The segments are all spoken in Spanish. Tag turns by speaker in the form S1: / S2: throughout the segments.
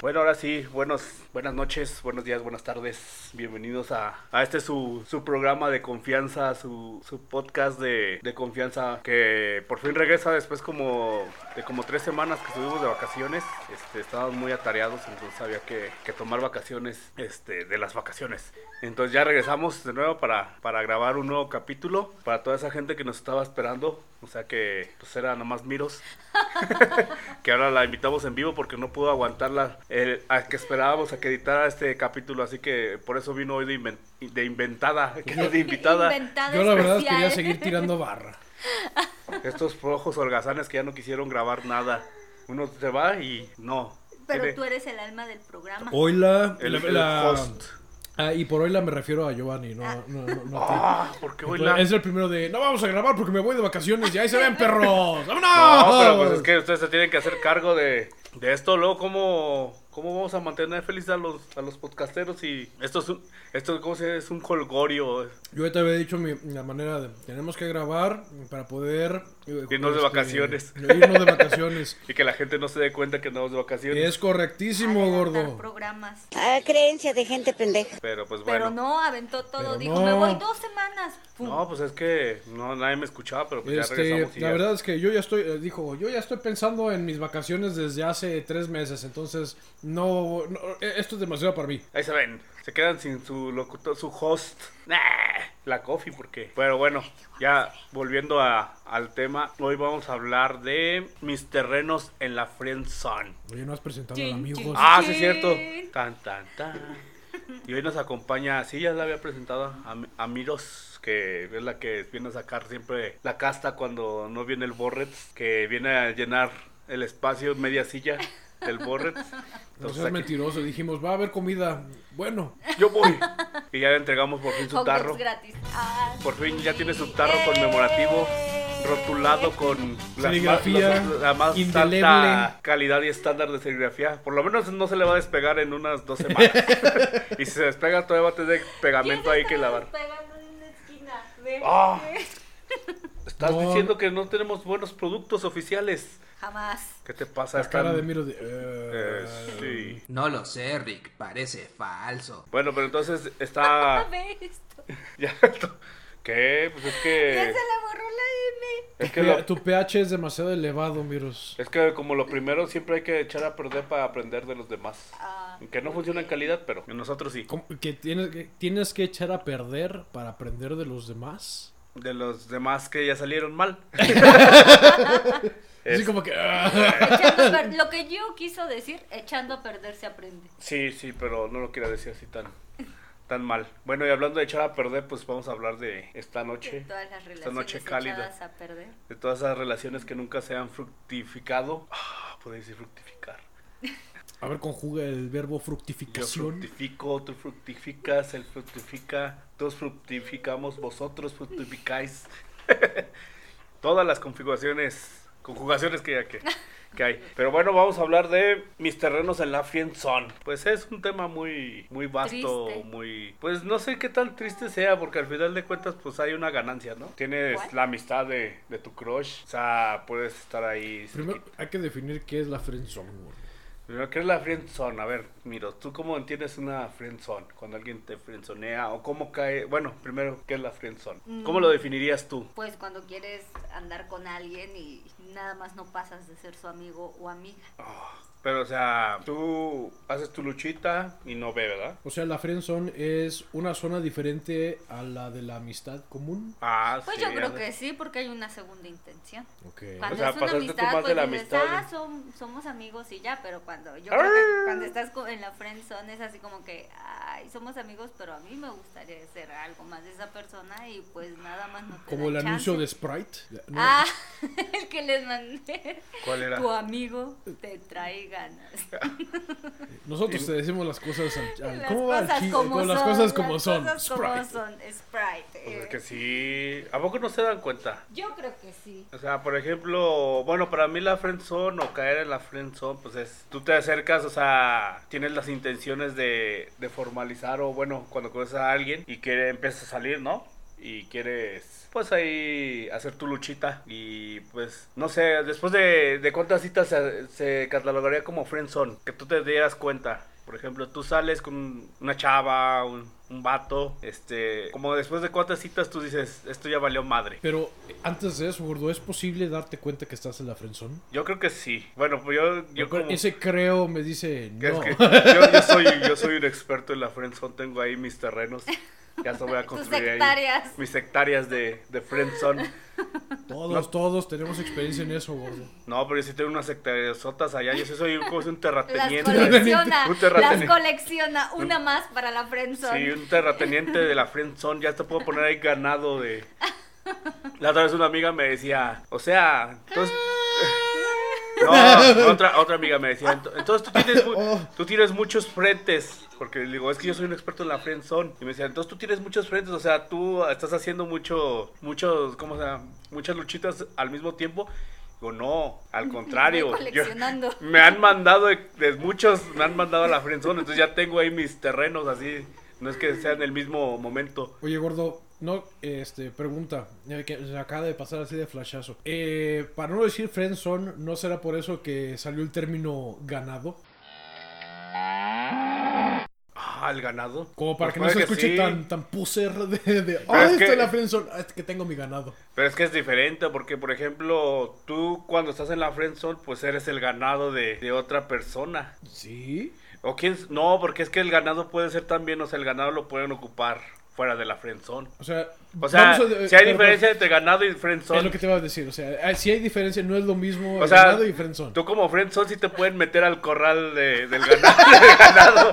S1: Bueno, ahora sí, buenos, buenas noches, buenos días, buenas tardes. Bienvenidos a, a este su, su programa de confianza, su, su podcast de, de confianza que por fin regresa después como de como tres semanas que estuvimos de vacaciones. Este, estábamos muy atareados, entonces había que, que tomar vacaciones este, de las vacaciones. Entonces ya regresamos de nuevo para, para grabar un nuevo capítulo para toda esa gente que nos estaba esperando. O sea que pues era nomás miros. que ahora la invitamos en vivo porque no pudo aguantarla el, a que esperábamos a que editara este capítulo. Así que por eso vino hoy de, inven- de inventada, que no de invitada.
S2: Inventada
S3: Yo la verdad
S2: especial.
S3: quería seguir tirando barra.
S1: Estos flojos holgazanes que ya no quisieron grabar nada. Uno se va y no.
S2: Pero
S1: Tiene
S2: tú eres el alma del programa.
S3: Hoy la...
S1: el,
S3: la-
S1: el
S3: la-
S1: host.
S3: Ah, y por hoy la me refiero a Giovanni, no, no, no, no a ti.
S1: Ah, porque hoy la...
S3: Entonces, Es el primero de, no vamos a grabar porque me voy de vacaciones y ahí se ven perros. ¡Vámonos!
S1: No, pero pues es que ustedes se tienen que hacer cargo de, de esto. Luego, ¿cómo, ¿cómo vamos a mantener feliz a los, a los podcasteros? Y esto es un, esto, ¿cómo se dice? Es un colgorio.
S3: Yo ya te había dicho mi, la manera de, tenemos que grabar para poder... eh,
S1: Irnos de vacaciones.
S3: Irnos de vacaciones.
S1: Y que la gente no se dé cuenta que andamos de vacaciones.
S3: es correctísimo,
S2: Adelantar
S3: gordo.
S2: programas.
S4: Ah, creencia de gente pendeja.
S1: Pero pues
S2: Pero
S1: bueno.
S2: no, aventó todo.
S3: Pero
S2: dijo,
S3: no.
S2: me voy dos semanas. Pum.
S1: No, pues es que no nadie me escuchaba, pero pues ya
S3: Este,
S1: regresamos. Y
S3: la
S1: ya.
S3: verdad es que yo ya estoy, eh, dijo, yo ya estoy pensando en mis vacaciones desde hace tres meses, entonces no, no, eh, esto es demasiado para mí.
S1: Ahí se ven. Se quedan sin su locutor, su host. Nah, la coffee, porque. Pero bueno, ya volviendo a- al tema. Hoy vamos a hablar de mis terrenos en la Friend Zone.
S3: Oye, no has presentado
S2: Chin,
S3: al amigo.
S2: chin.
S1: Ah, sí, es cierto.
S2: Chin.
S1: Tan, tan, tan. Y hoy nos acompaña, sí, ya la había presentado, a, a Miros, que es la que viene a sacar siempre la casta cuando no viene el Borret, que viene a llenar el espacio media silla del Borret.
S3: No
S1: Entonces,
S3: seas
S1: pues aquí-
S3: mentiroso, dijimos, va a haber comida. Bueno,
S1: yo voy. Y ya le entregamos por fin su
S2: Hot dogs
S1: tarro.
S2: gratis. ¡Eh! Ah,
S1: Por fin ya
S2: sí.
S1: tiene su tarro conmemorativo rotulado con la
S3: Serigrafía
S1: la más
S3: indeleble.
S1: alta calidad y estándar de serigrafía. Por lo menos no se le va a despegar en unas dos semanas. y si se despega todavía va a tener pegamento ahí que lavar.
S2: Pegando en una esquina. Ve.
S1: Ah. Estás
S3: No.
S1: diciendo que no tenemos buenos productos oficiales.
S2: Jamás.
S1: ¿Qué te pasa?
S3: la
S1: Están-
S3: cara de Miro de...
S1: Eh,
S3: eh,
S1: sí.
S5: No lo sé, Rick, parece falso.
S1: Bueno, pero entonces está
S2: Ve esto.
S1: ya ¿Qué? Pues es
S2: Ya
S1: que
S2: se le borró la M.
S1: es que
S3: pe-
S1: lo-
S3: Tu pH es demasiado elevado, Miros.
S1: es que como lo primero siempre hay que echar a perder para aprender de los demás.
S2: Ah,
S1: Que no funciona en calidad, pero en nosotros sí.
S3: ¿Cómo- Que tienes, que tienes que echar a perder para aprender de los demás.
S1: De los demás que ya salieron mal. Es-
S3: Así como que... ah.
S2: echando a per- Lo que yo quiso decir, echando a perder se aprende.
S1: Sí, sí, pero no lo quiero decir así tan, tan mal. Bueno, y hablando de echar a perder, pues vamos a hablar de esta
S2: De
S1: noche.
S2: todas las
S1: Esta
S2: relaciones
S1: noche cálida.
S2: echadas a perder.
S1: De todas esas relaciones que nunca se han fructificado. Ah, podéis decir fructificar.
S3: A ver, conjuga el verbo
S1: Yo
S3: fructificación.
S1: fructifico, tú fructificas, él fructifica, todos fructificamos, vosotros fructificáis. Todas las configuraciones, conjugaciones que, que, que hay. Pero bueno, vamos a hablar de mis terrenos en la Friendzone. Pues es un tema muy, muy vasto,
S2: Triste.
S1: muy... Pues no sé qué tan triste sea, porque al final de cuentas pues hay una ganancia, ¿no? Tienes
S2: ¿Cuál?
S1: la amistad de, de tu crush, o sea, puedes estar ahí...
S3: Primero hay que definir qué es la friendzone. güey.
S1: Primero, ¿qué es la friendzone? A ver, Miro, ¿tú cómo entiendes una friendzone? Cuando alguien te friendzonea o cómo cae... Bueno, primero, ¿qué es la friendzone? ¿Cómo
S2: Mm.
S1: lo definirías tú?
S2: Pues cuando quieres andar con alguien y nada más no pasas de ser su amigo o amiga.
S1: Pero, o sea, tú haces tu luchita y no ve, ¿verdad?
S3: O sea, la friendzone es una zona diferente a la de la amistad común.
S1: Ah,
S2: Pues
S1: sí,
S2: yo creo
S1: anda.
S2: que sí, porque hay una segunda intención.
S3: Ok.
S2: Cuando
S1: O sea,
S2: es una
S1: pasaste tú
S2: amistad,
S1: más
S2: pues
S1: de la
S2: dices,
S1: amistad. ¡Ah!
S2: ah, som- somos amigos y ya, pero cuando yo creo que cuando estás co- en la friend zone es así como que, ay, somos amigos, pero a mí me gustaría ser algo más de esa persona y pues nada más no te
S3: Como el
S2: dan
S3: anuncio de
S2: chance.
S3: Sprite. No.
S2: Ah, el que les mandé.
S1: ¿Cuál era?
S2: Tu amigo te trae ganas.
S1: Em,
S3: Nosotros te decimos las cosas al, al-
S2: Las
S3: ¿cómo va el
S2: cosas
S3: chi-
S2: como
S3: con
S2: son.
S3: las cosas como
S2: las
S3: son.
S2: cosas como
S3: Sprite.
S2: son, Sprite.
S1: Pues es
S2: eh.
S1: que sí... ¿A poco no se dan cuenta?
S2: Yo creo que sí.
S1: O sea, por ejemplo, bueno, para mí la friendzone o caer en la friendzone, pues es, tú te acercas, o sea, tienes las intenciones de, de formalizar o bueno, cuando conoces a alguien y que empiezas a salir, ¿no? y quieres, pues ahí hacer tu luchita. Y pues, no sé, después de, de cuántas citas se, se catalogaría como friendzone, que tú te dieras cuenta. Por ejemplo, tú sales con una chava, un, un vato, este, como después de cuántas citas tú dices, esto ya valió madre.
S3: Pero eh, antes de eso, gordo, ¿es posible darte cuenta que estás en la frenzón?
S1: Yo creo que sí. Bueno, pues yo, yo como...
S3: Ese creo me dice
S1: que es
S3: no.
S1: que yo, yo soy, yo soy un experto en la friendzone, tengo ahí mis terrenos. Ya se voy a
S2: Tus
S1: construir ahí
S2: hectáreas.
S1: mis hectáreas de, de friendzone.
S3: Todos, todos tenemos experiencia en eso, gordo.
S1: No, pero yo sí tengo unas hectáreas sotas allá. Yo sí soy como si un
S2: Las
S1: terrateniente.
S2: colecciona,
S1: Un
S2: las
S1: terrateniente.
S2: colecciona, una más para la
S1: Sí,
S2: friendzone.
S1: un terrateniente de la friendzone. Ya te puedo poner ahí ganado de... La otra vez una amiga me decía, o sea, entonces... No, otra, otra amiga me decía, "Ento- entonces tú tienes, mu-
S3: Oh.
S1: tú tienes muchos frentes, porque le digo, es que yo soy un experto en la friendzone, y me decía, entonces tú tienes muchos frentes, o sea, tú estás haciendo mucho, muchos, ¿cómo se llama? Muchas luchitas al mismo tiempo. Digo, no, al contrario,
S2: Voy
S1: yo-
S2: coleccionando.
S1: me han mandado, de, de muchos me han mandado a la friendzone, entonces ya tengo ahí mis terrenos así, no es que sea en el mismo momento.
S3: Oye, gordo, no, este, pregunta, eh, que se acaba de pasar así de flashazo. Eh, para no decir friendzone, ¿no será por eso que salió el término ganado?
S1: Ah, el ganado.
S3: Como para
S1: Pues
S3: que no
S1: puede
S3: se escuche
S1: sí.
S3: tan, tan puser de, de "Ay,
S1: es
S3: estoy
S1: que-
S3: en la friendzone, ah, es que tengo mi ganado.
S1: Pero es que es diferente porque, por ejemplo, tú cuando estás en la friendzone, pues eres el ganado de, de otra persona.
S3: ¿Sí?
S1: O quién, s- no, porque es que el ganado puede ser también, o sea, el ganado lo pueden ocupar fuera de la friendzone.
S3: O sea,
S1: O sea,
S3: vamos a- eh,
S1: si hay
S3: pero-
S1: diferencia entre ganado y
S3: Es lo
S1: friendzone.
S3: que te iba a decir, o sea, ah, si hay diferencia, no es lo mismo
S1: O sea,
S3: ganado y friendzone.
S1: tú como friendzone sí te pueden meter al corral de- del ganado. del ganado.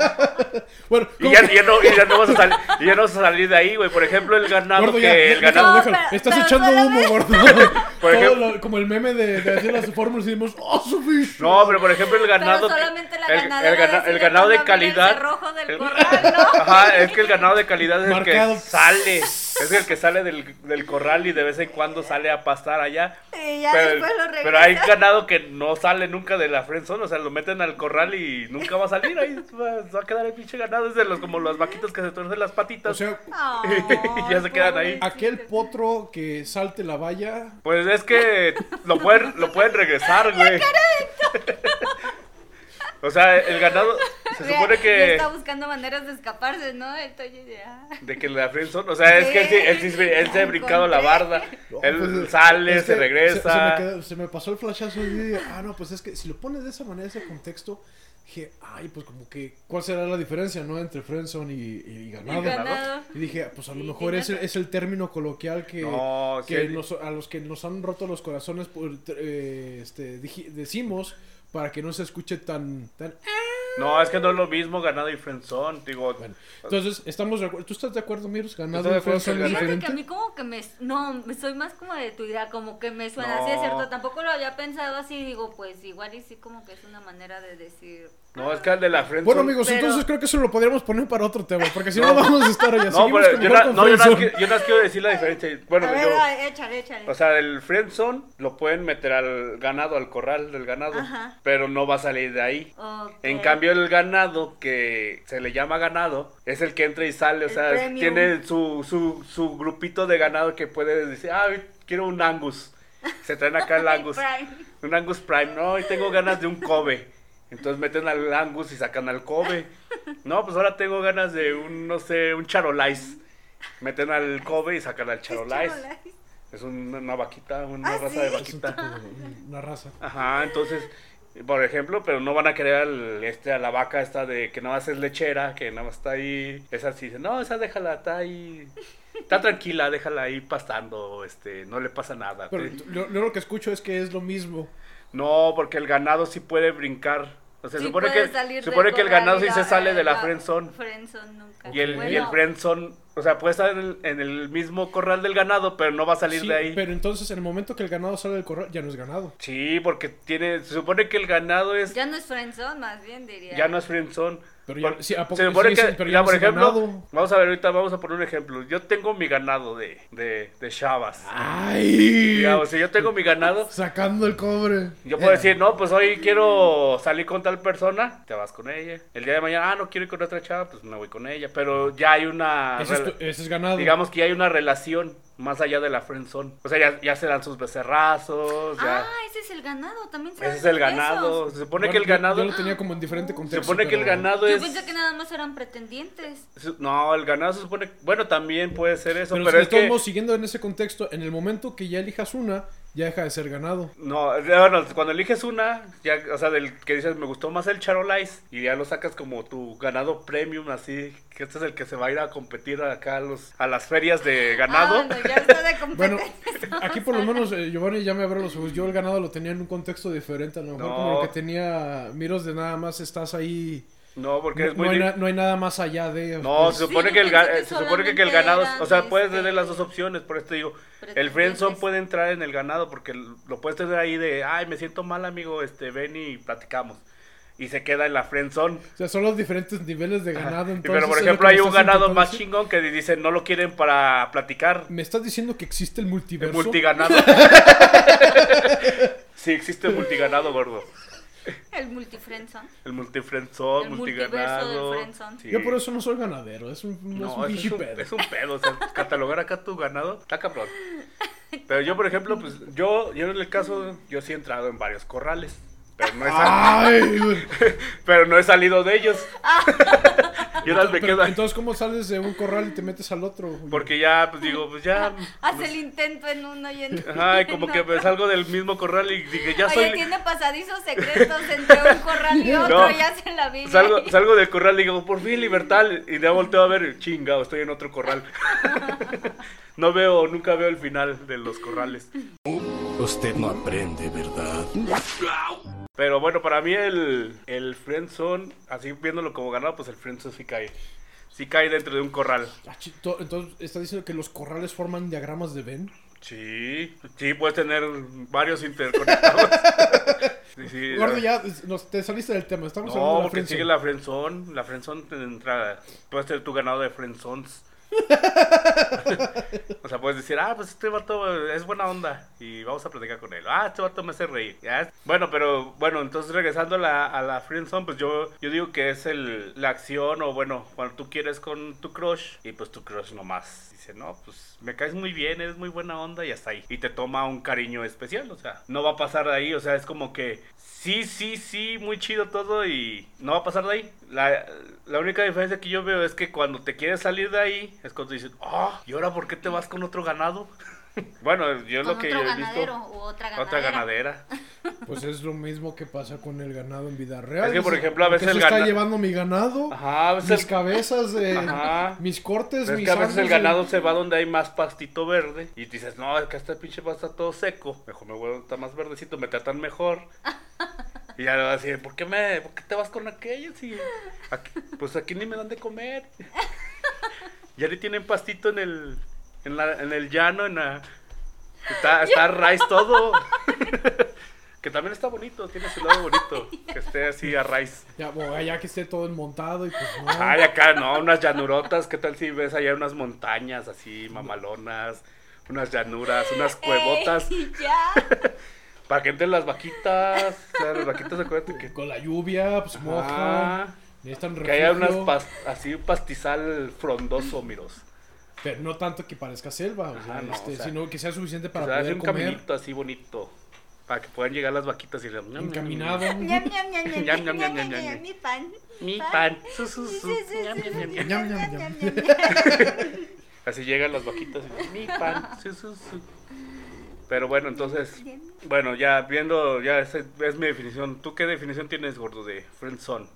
S3: Bueno,
S1: Y
S3: ¿cómo
S1: ya,
S3: que-
S1: y ya no, y ya no vas a salir, y ya no vas a salir de ahí, güey. Por ejemplo, el ganado
S3: Gordo,
S1: que
S3: ya,
S1: el
S3: déjalo,
S1: ganado.
S3: déjalo.
S2: pero-
S3: Estás
S2: pero
S3: echando humo,
S2: espérame.
S3: gordo.
S1: Por
S3: Todo
S1: ejemplo-
S3: lo- como el meme de, de hacer las fórmulas y decimos, ¡Oh, su bicho!
S1: No, pero por ejemplo el ganado.
S2: Pero solamente la
S1: el- el
S2: ganadera
S1: gana- el,
S2: decide
S1: ganado de
S2: cuándo abrir el
S1: calidad.
S2: cerrojo del
S1: el-
S2: corral, ¿no?
S1: Ajá, es que el ganado de calidad es el
S3: Marcado.
S1: que sale. Es el que sale del, del corral y de vez en cuando sale a pastar allá.
S2: Y ya
S1: Pero,
S2: después lo regresa.
S1: pero hay ganado que no sale nunca de la friendzone, o sea, lo meten al corral y nunca va a salir. Ahí va, va a quedar el pinche ganado. Es de los como las vaquitas que se tuercen las patitas.
S3: O sea,
S2: Ay,
S1: Ya se quedan ahí.
S2: pobrecito.
S3: aquel potro que salte la valla.
S1: Pues es que lo pueden, lo pueden regresar, güey. O sea, el ganado se
S2: Vea,
S1: supone
S2: ya
S1: que
S2: Está buscando maneras de escaparse, ¿no? El Toño ya.
S1: de que la friendzone, o sea, es que él, sí- él, sí- él se ha brincado la barda, él
S3: Pues,
S1: sale,
S3: es que
S1: se regresa.
S3: Se, me quedó- se me pasó el flashazo y dije, ah, no, pues es que si lo pones de esa manera, ese contexto, dije, ay, pues como que, ¿cuál será la diferencia, no? Entre friendzone y, y ganado.
S2: Y ganado.
S3: Y dije, pues a lo
S2: Y-
S3: mejor
S2: y
S3: es, el-
S2: ganado.
S3: es el término coloquial que,
S1: No,
S3: que
S1: sí.
S3: nos- a los que nos han roto los corazones por, eh, este, dij- decimos para que no se escuche tan... tan...
S1: No, es que no es lo mismo ganado y friendzone, digo.
S3: Bueno, entonces, estamos de acuerdo. ¿Tú estás de acuerdo, Miros? Ganado
S1: Estoy de
S3: y
S1: acuerdo que
S3: friendzone
S1: el
S3: es
S1: ganado-
S2: Fíjate que a
S3: diferente.
S2: mí como que me... No, soy más como de tu idea, como que me suena
S1: No.
S2: así, es cierto. Tampoco lo había pensado así, digo, pues igual y sí como que es una manera de decir...
S1: No, es que el de la friendzone.
S3: Bueno, amigos,
S2: Pero-
S3: entonces creo que eso lo podríamos poner para otro tema, porque si no, vamos a estar allá.
S1: No,
S3: Seguimos
S1: pero
S3: con
S1: yo,
S3: mejor
S1: na- no, yo, nada
S3: conferencia.
S1: más qui- yo nada más quiero decir la diferencia. Bueno,
S2: a
S1: pues yo,
S2: ver, a- échale, échale.
S1: O sea, el friendzone lo pueden meter al ganado, al corral del ganado,
S2: Ajá.
S1: pero no va a salir de ahí.
S2: Ok.
S1: En cambio, el ganado, que se le llama ganado, es el que entra y sale. O
S2: El
S1: sea,
S2: premium.
S1: tiene su, su, su grupito de ganado que puede decir, ah, quiero un Angus. Se traen acá el Angus.
S2: Prime.
S1: un Angus Prime. No, y tengo ganas de un Kobe. Entonces meten al Angus y sacan al Kobe. No, pues ahora tengo ganas de un, no sé, un Charolais. Meten al Kobe y sacan al Charolais.
S2: Charolais.
S1: Es una, una vaquita, una
S2: ¿Ah,
S1: raza
S2: sí?
S1: de
S3: Es un
S1: vaquita.
S3: tipo de- una raza.
S1: Ajá, entonces, por ejemplo, pero no van a querer al, este, a la vaca esta de que nada más es lechera, que nada más está ahí. Esa sí dice, no, esa déjala, está ahí. Está tranquila, déjala ahí pastando, este, no le pasa nada.
S3: Pero
S1: Te-
S3: yo, yo lo que escucho es que es lo mismo.
S1: No, porque el ganado sí puede brincar. O sea,
S2: Sí
S1: supone
S2: puede
S1: que,
S2: salir del
S1: supone que el
S2: corral
S1: ganado
S2: y
S1: sí
S2: la-
S1: se sale de la
S2: no,
S1: friendzone.
S2: friendzone nunca.
S1: Y el, y el
S2: Bueno,
S1: friendzone, o sea, puede estar en el, en el mismo corral del ganado, pero no va a salir
S3: Sí,
S1: de ahí.
S3: Pero entonces, en el momento que el ganado sale del corral, ya no es ganado.
S1: Sí, porque tiene, se supone que el ganado es
S2: Ya no es friendzone, más bien diría.
S1: Ya no es friendzone.
S3: Pero ya-
S1: Por-
S3: sí, ¿a poco-
S1: se supone
S3: sí,
S1: que,
S3: sí, pero ya
S1: mira,
S3: no
S1: por
S3: es
S1: ejemplo,
S3: ganado?
S1: vamos a ver ahorita, vamos a poner un ejemplo. Yo tengo mi ganado de, de, de Chavas.
S3: Ah. ¡Ay!
S1: Digamos, si yo tengo mi ganado,
S3: Sacando el cobre. Eh,
S1: yo puedo decir, no, pues hoy quiero salir con tal persona, te vas con ella. El día de mañana, ah, no quiero ir con otra chava, pues me voy con ella. Pero ya hay una
S3: Esa es eh, esto- ese es ganado.
S1: digamos que ya hay una relación más allá de la friendzone. O sea, ya, ya se dan sus becerrazos, ya.
S2: Ah, ese es el ganado, también se
S1: ese
S2: dan
S1: es el
S2: besos.
S1: ganado. Se supone
S3: Bueno,
S1: que el
S3: yo- yo
S1: ganado
S3: lo tenía como en diferente contexto.
S1: se supone que el
S3: pero-
S1: ganado
S2: Yo
S1: es
S2: pensé que nada más eran pretendientes.
S1: su- no, el ganado se supone bueno, también puede ser eso,
S3: Pero,
S1: pero,
S3: si de
S1: es
S3: todos
S1: que
S3: modos, siguiendo en ese contexto, en el momento que ya elijas una, ya deja de ser ganado.
S1: No, bueno, cuando eliges una, ya, o sea, del que dices, me gustó más el Charolais, y ya lo sacas como tu ganado premium, así, que este es el que se va a ir a competir acá a, los, a las ferias de ganado.
S2: Ah, no, ya está de
S3: Bueno,
S2: competencia.
S3: aquí por lo menos eh, Giovanni ya me abrió los ojos. Yo el ganado lo tenía en un contexto diferente. A lo mejor
S1: No.
S3: como lo que tenía miros de nada más estás ahí.
S1: no, porque
S3: No,
S1: es muy...
S3: no hay
S1: di-
S3: na- no hay nada más allá de.
S1: no,
S3: pues,
S1: se supone
S2: Sí,
S1: que el, ga-
S2: pensé que
S1: eh, se supone que el
S2: solamente
S1: ganado, o sea,
S2: eran,
S1: puedes
S2: este,
S1: tener las dos opciones, por eso te digo, el
S2: pretendientes.
S1: friendzone puede entrar en el ganado, porque l- lo puedes tener ahí de, ay, me siento mal, amigo, este, ven y platicamos. Y se queda en la friendzone.
S3: O sea, son los diferentes niveles de ganado.
S1: Y
S3: Ah, entonces,
S1: pero por
S3: es lo
S1: ejemplo
S3: que me
S1: hay un
S3: estás
S1: ganado
S3: intentando
S1: más
S3: decir.
S1: chingón que dice no lo quieren para platicar.
S3: Me estás diciendo que existe el multiverso.
S1: Multiganado. sí, existe el multiganado, gordo.
S2: El multifrenson.
S1: El multifrenzón,
S2: El multiverso
S1: multiganado.
S2: del friendzone.
S1: sí.
S3: Yo por eso no soy ganadero. Es un, es
S1: No, eso
S3: un
S1: es,
S3: pinche
S1: un,
S3: pedo.
S1: es un pedo. O sea, catalogar acá tu ganado está cabrón. Pero yo, por ejemplo, pues yo, yo en el caso, yo sí he entrado en varios corrales. Pero no he, sal-
S3: Ay, güey.
S1: pero no he salido de ellos.
S2: Ah.
S1: yo las me
S3: Pero,
S1: quedo ahí,
S3: entonces, ¿cómo sales de un corral y te metes al otro? güey?
S1: Porque ya, pues digo, pues ya.
S2: Hace el intento en uno y en
S1: Ajá, y como
S2: en
S1: que
S2: otro.
S1: me salgo del mismo corral y dije, ya
S2: Oye,
S1: soy.
S2: tiene pasadizos secretos entre un corral y otro,
S1: No.
S2: ya se la vive.
S1: Salgo, salgo del corral y digo, por fin libertad. Y de volteo a ver, chingado, estoy en otro corral. no veo, nunca veo el final de los corrales.
S6: Usted no aprende, ¿verdad?
S1: Pero bueno, para mí el, el friendzone, así viéndolo como ganado, pues el friendzone sí cae. Sí cae dentro de un corral.
S3: Ah, chi- to- Entonces, ¿estás diciendo que los corrales forman diagramas de Venn?
S1: Sí, sí, puedes tener varios interconectados. Sí, sí,
S3: Gordo, ya es- nos- te saliste del tema. Estamos hablando
S1: No,
S3: de la
S1: porque
S3: friendzone.
S1: sigue la friendzone. La friendzone te entra. Puedes tener tu ganado de friendzones. o sea, puedes decir, ah, pues este vato es buena onda y vamos a platicar con él. Ah, este vato me hace reír. Ya. Bueno, pero bueno, entonces regresando a la, a la friendzone, pues yo, yo digo que es el, la acción o bueno, cuando tú quieres con tu crush y pues tu crush nomás dice, no, pues me caes muy bien, eres muy buena onda y hasta ahí. Y te toma un cariño especial, o sea, no va a pasar de ahí, o sea, es como que sí, sí, sí, muy chido todo y no va a pasar de ahí. La, la única diferencia que yo veo es que cuando te quieres salir de ahí es cuando dicen, ah, ¿y ahora por qué te vas con otro ganado? bueno, yo es
S2: Con
S1: lo que
S2: otro
S1: yo he visto.
S2: ganadero o otra ganadera.
S1: Otra ganadera.
S3: Pues es lo mismo que pasa con el ganado en vida real.
S1: Es que, por
S3: Dice,
S1: ejemplo, a
S3: "¿Por
S1: veces
S3: qué
S1: el
S3: se está
S1: gana-
S3: llevando mi ganado,
S1: Ajá, a veces
S3: mis
S1: el-
S3: cabezas, de,
S1: Ajá.
S3: mis cortes,
S1: Pero es
S3: mis
S1: que a veces el
S3: ojos,
S1: ganado se va donde hay más pastito verde y dices, no, es que este pinche pasto está todo seco. Mejor me voy a donde está más verdecito, me tratan mejor. Y ya le va a decir, ¿por qué, me, ¿por qué te vas con aquellos? si aquí- pues aquí ni me dan de comer. ya le tienen pastito en el, en la- en el llano, en la- Está, está raíz todo. que también está bonito, tiene su lado bonito. Que esté así a raíz.
S3: Ya, bueno, ya que esté todo enmontado y pues no.
S1: Ay, acá no, unas llanurotas, ¿qué tal si ves allá unas montañas así, mamalonas, unas llanuras, unas cuevotas,
S2: Ey, ya.
S1: para que entren las vaquitas, o sea, las vaquitas acuérdate que...
S3: Con la lluvia, pues moja.
S1: Ajá,
S3: Necesitan
S1: que haya unas
S3: refugio,
S1: pas- así un pastizal frondoso, miros.
S3: Pero no tanto que parezca selva, o sea,
S1: Ajá, Ah, no,
S3: este,
S1: o sea,
S3: sino que sea suficiente
S1: O
S3: para
S1: sea, hace
S3: poder
S1: un
S3: comer.
S1: caminito así bonito, para que puedan llegar las vaquitas y le...
S3: Encaminado.
S2: Ñam, ñam, ñam, ñam,
S1: Ñam, ñam,
S2: ñam, ñam,
S1: ñam,
S2: ñam,
S1: ñam.
S2: mi pan.
S1: Mi pan. su, su,
S2: Sí,
S1: su.
S2: sí, sí,
S1: Ñam,
S2: sí,
S1: ñam,
S2: sí,
S1: ñam.
S2: ñam,
S3: Ñam, ñam,
S2: ñam,
S3: ñam.
S2: ñam,
S1: Así llegan las vaquitas y mi pan. su, su, su". Pero bueno, entonces, bueno, ya viendo, ya esa es mi definición. ¿Tú qué definición tienes, gordo, de friendzone?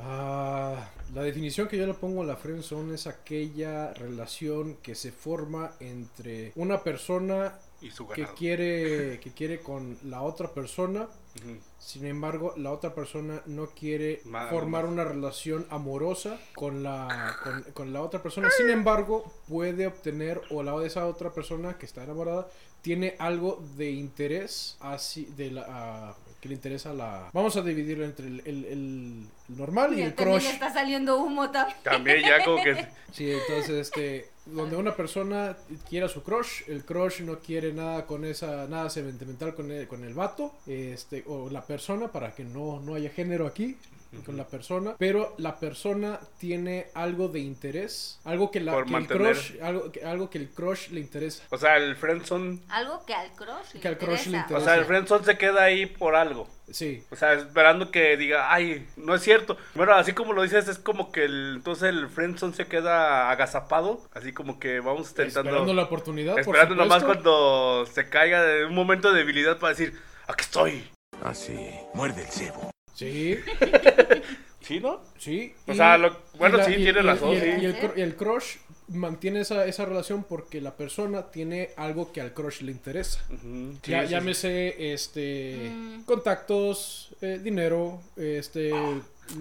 S3: Ah, la definición que yo le pongo a la friendzone es aquella relación que se forma entre una persona
S1: Y su
S3: que
S1: ganado.
S3: quiere que quiere con la otra persona,
S1: Ujú.
S3: sin embargo, la otra persona no quiere
S1: Ma-
S3: formar una relación amorosa con la con, con la otra persona. Sin embargo, puede obtener o la de esa otra persona que está enamorada tiene algo de interés así de la ah, que le interesa a la vamos a dividirlo entre el, el- el- el normal y
S2: Mira,
S3: el
S2: también
S3: crush.
S2: está saliendo humo también.
S1: También ya como que...
S3: Sí, entonces este donde una persona quiera su crush, el crush no quiere nada con esa, nada sentimental con el, con el vato, este, o la persona, para que no, no haya género aquí, con la persona, pero la persona tiene algo de interés, algo que, la,
S1: Por
S3: que el
S1: mantener.
S3: crush, algo, que- algo que el crush le interesa.
S1: O sea, el friendzone.
S2: Algo que al crush le
S3: Que al crush le
S1: O
S3: interesa.
S1: sea, el friendzone se queda ahí por algo.
S3: Sí,
S1: O sea, esperando que diga, ay, no es cierto. Bueno, así como lo dices, es como que el, entonces el friendzone se queda agazapado. Así como que vamos intentando.
S3: esperando la oportunidad. por
S1: Esperando nomás
S3: supuesto.
S1: cuando se caiga de un momento de debilidad para decir, aquí estoy.
S6: Así, Ah, muerde el cebo.
S3: Sí,
S1: ¿Sí, no?
S3: sí.
S1: O sea, lo- bueno, sí, tiene
S3: las
S1: razón,
S3: Y, el-
S1: sí.
S3: y el, cru- y el crush mantiene esa, esa relación porque la persona tiene algo que al crush le interesa.
S1: Ujú. Sí,
S3: Ya-
S1: sí, sí.
S3: llámese este
S2: Mm.
S3: contactos, eh, dinero, este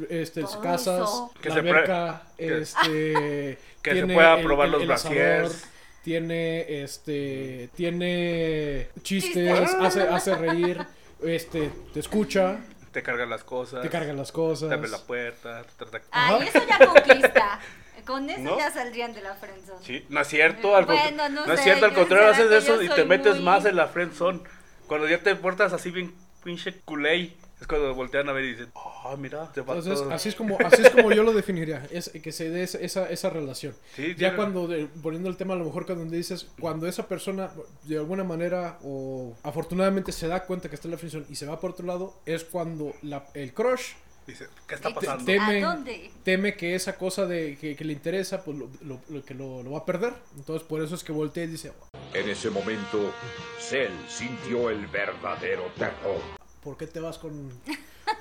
S3: este
S2: Todo
S3: casas,
S2: eso.
S1: Que
S3: la
S1: se pre-
S3: alberca,
S1: que-
S3: este
S1: que se pueda probar los
S3: asador,
S1: brasiers.
S3: tiene este tiene chistes,
S2: Chistes.
S3: hace hace reír, este te escucha,
S1: Te cargan las cosas.
S3: te carga las cosas.
S1: Te abre la puerta. te trata-
S2: Ay,
S3: Ajá.
S2: Ah, eso ya conquista. Con eso
S1: ¿No?
S2: ya saldrían de la friendzone.
S1: Sí, no es cierto. Al
S2: Bueno,
S1: contra-
S2: no
S1: es
S2: sé,
S1: cierto, al
S2: yo-
S1: contrario,
S2: será
S1: haces
S2: que
S1: eso
S2: yo
S1: y
S2: soy
S1: te metes
S2: muy-
S1: más en la friendzone. Cuando ya te portas así bien pinche culé, es cuando voltean a ver y dicen, ah, mira, te va
S3: Entonces,
S1: todo".
S3: así es como así es como yo lo definiría, es que se dé esa, esa, esa relación.
S1: Sí,
S3: ya
S1: tiene-
S3: cuando de- volviendo al tema a lo mejor cuando dices cuando esa persona de alguna manera o afortunadamente se da cuenta que está en la fricción y se va por otro lado, es cuando la- el crush
S1: Dice, ¿qué está
S2: Te-
S1: pasando?
S3: te- Teme.
S2: ¿A dónde?
S3: teme que esa cosa de que, que le interesa pues lo, lo- lo que lo, lo va a perder. Entonces, por eso es que voltea y dice,
S7: En ese momento, Cell sintió el verdadero terror.
S3: ¿por qué te vas con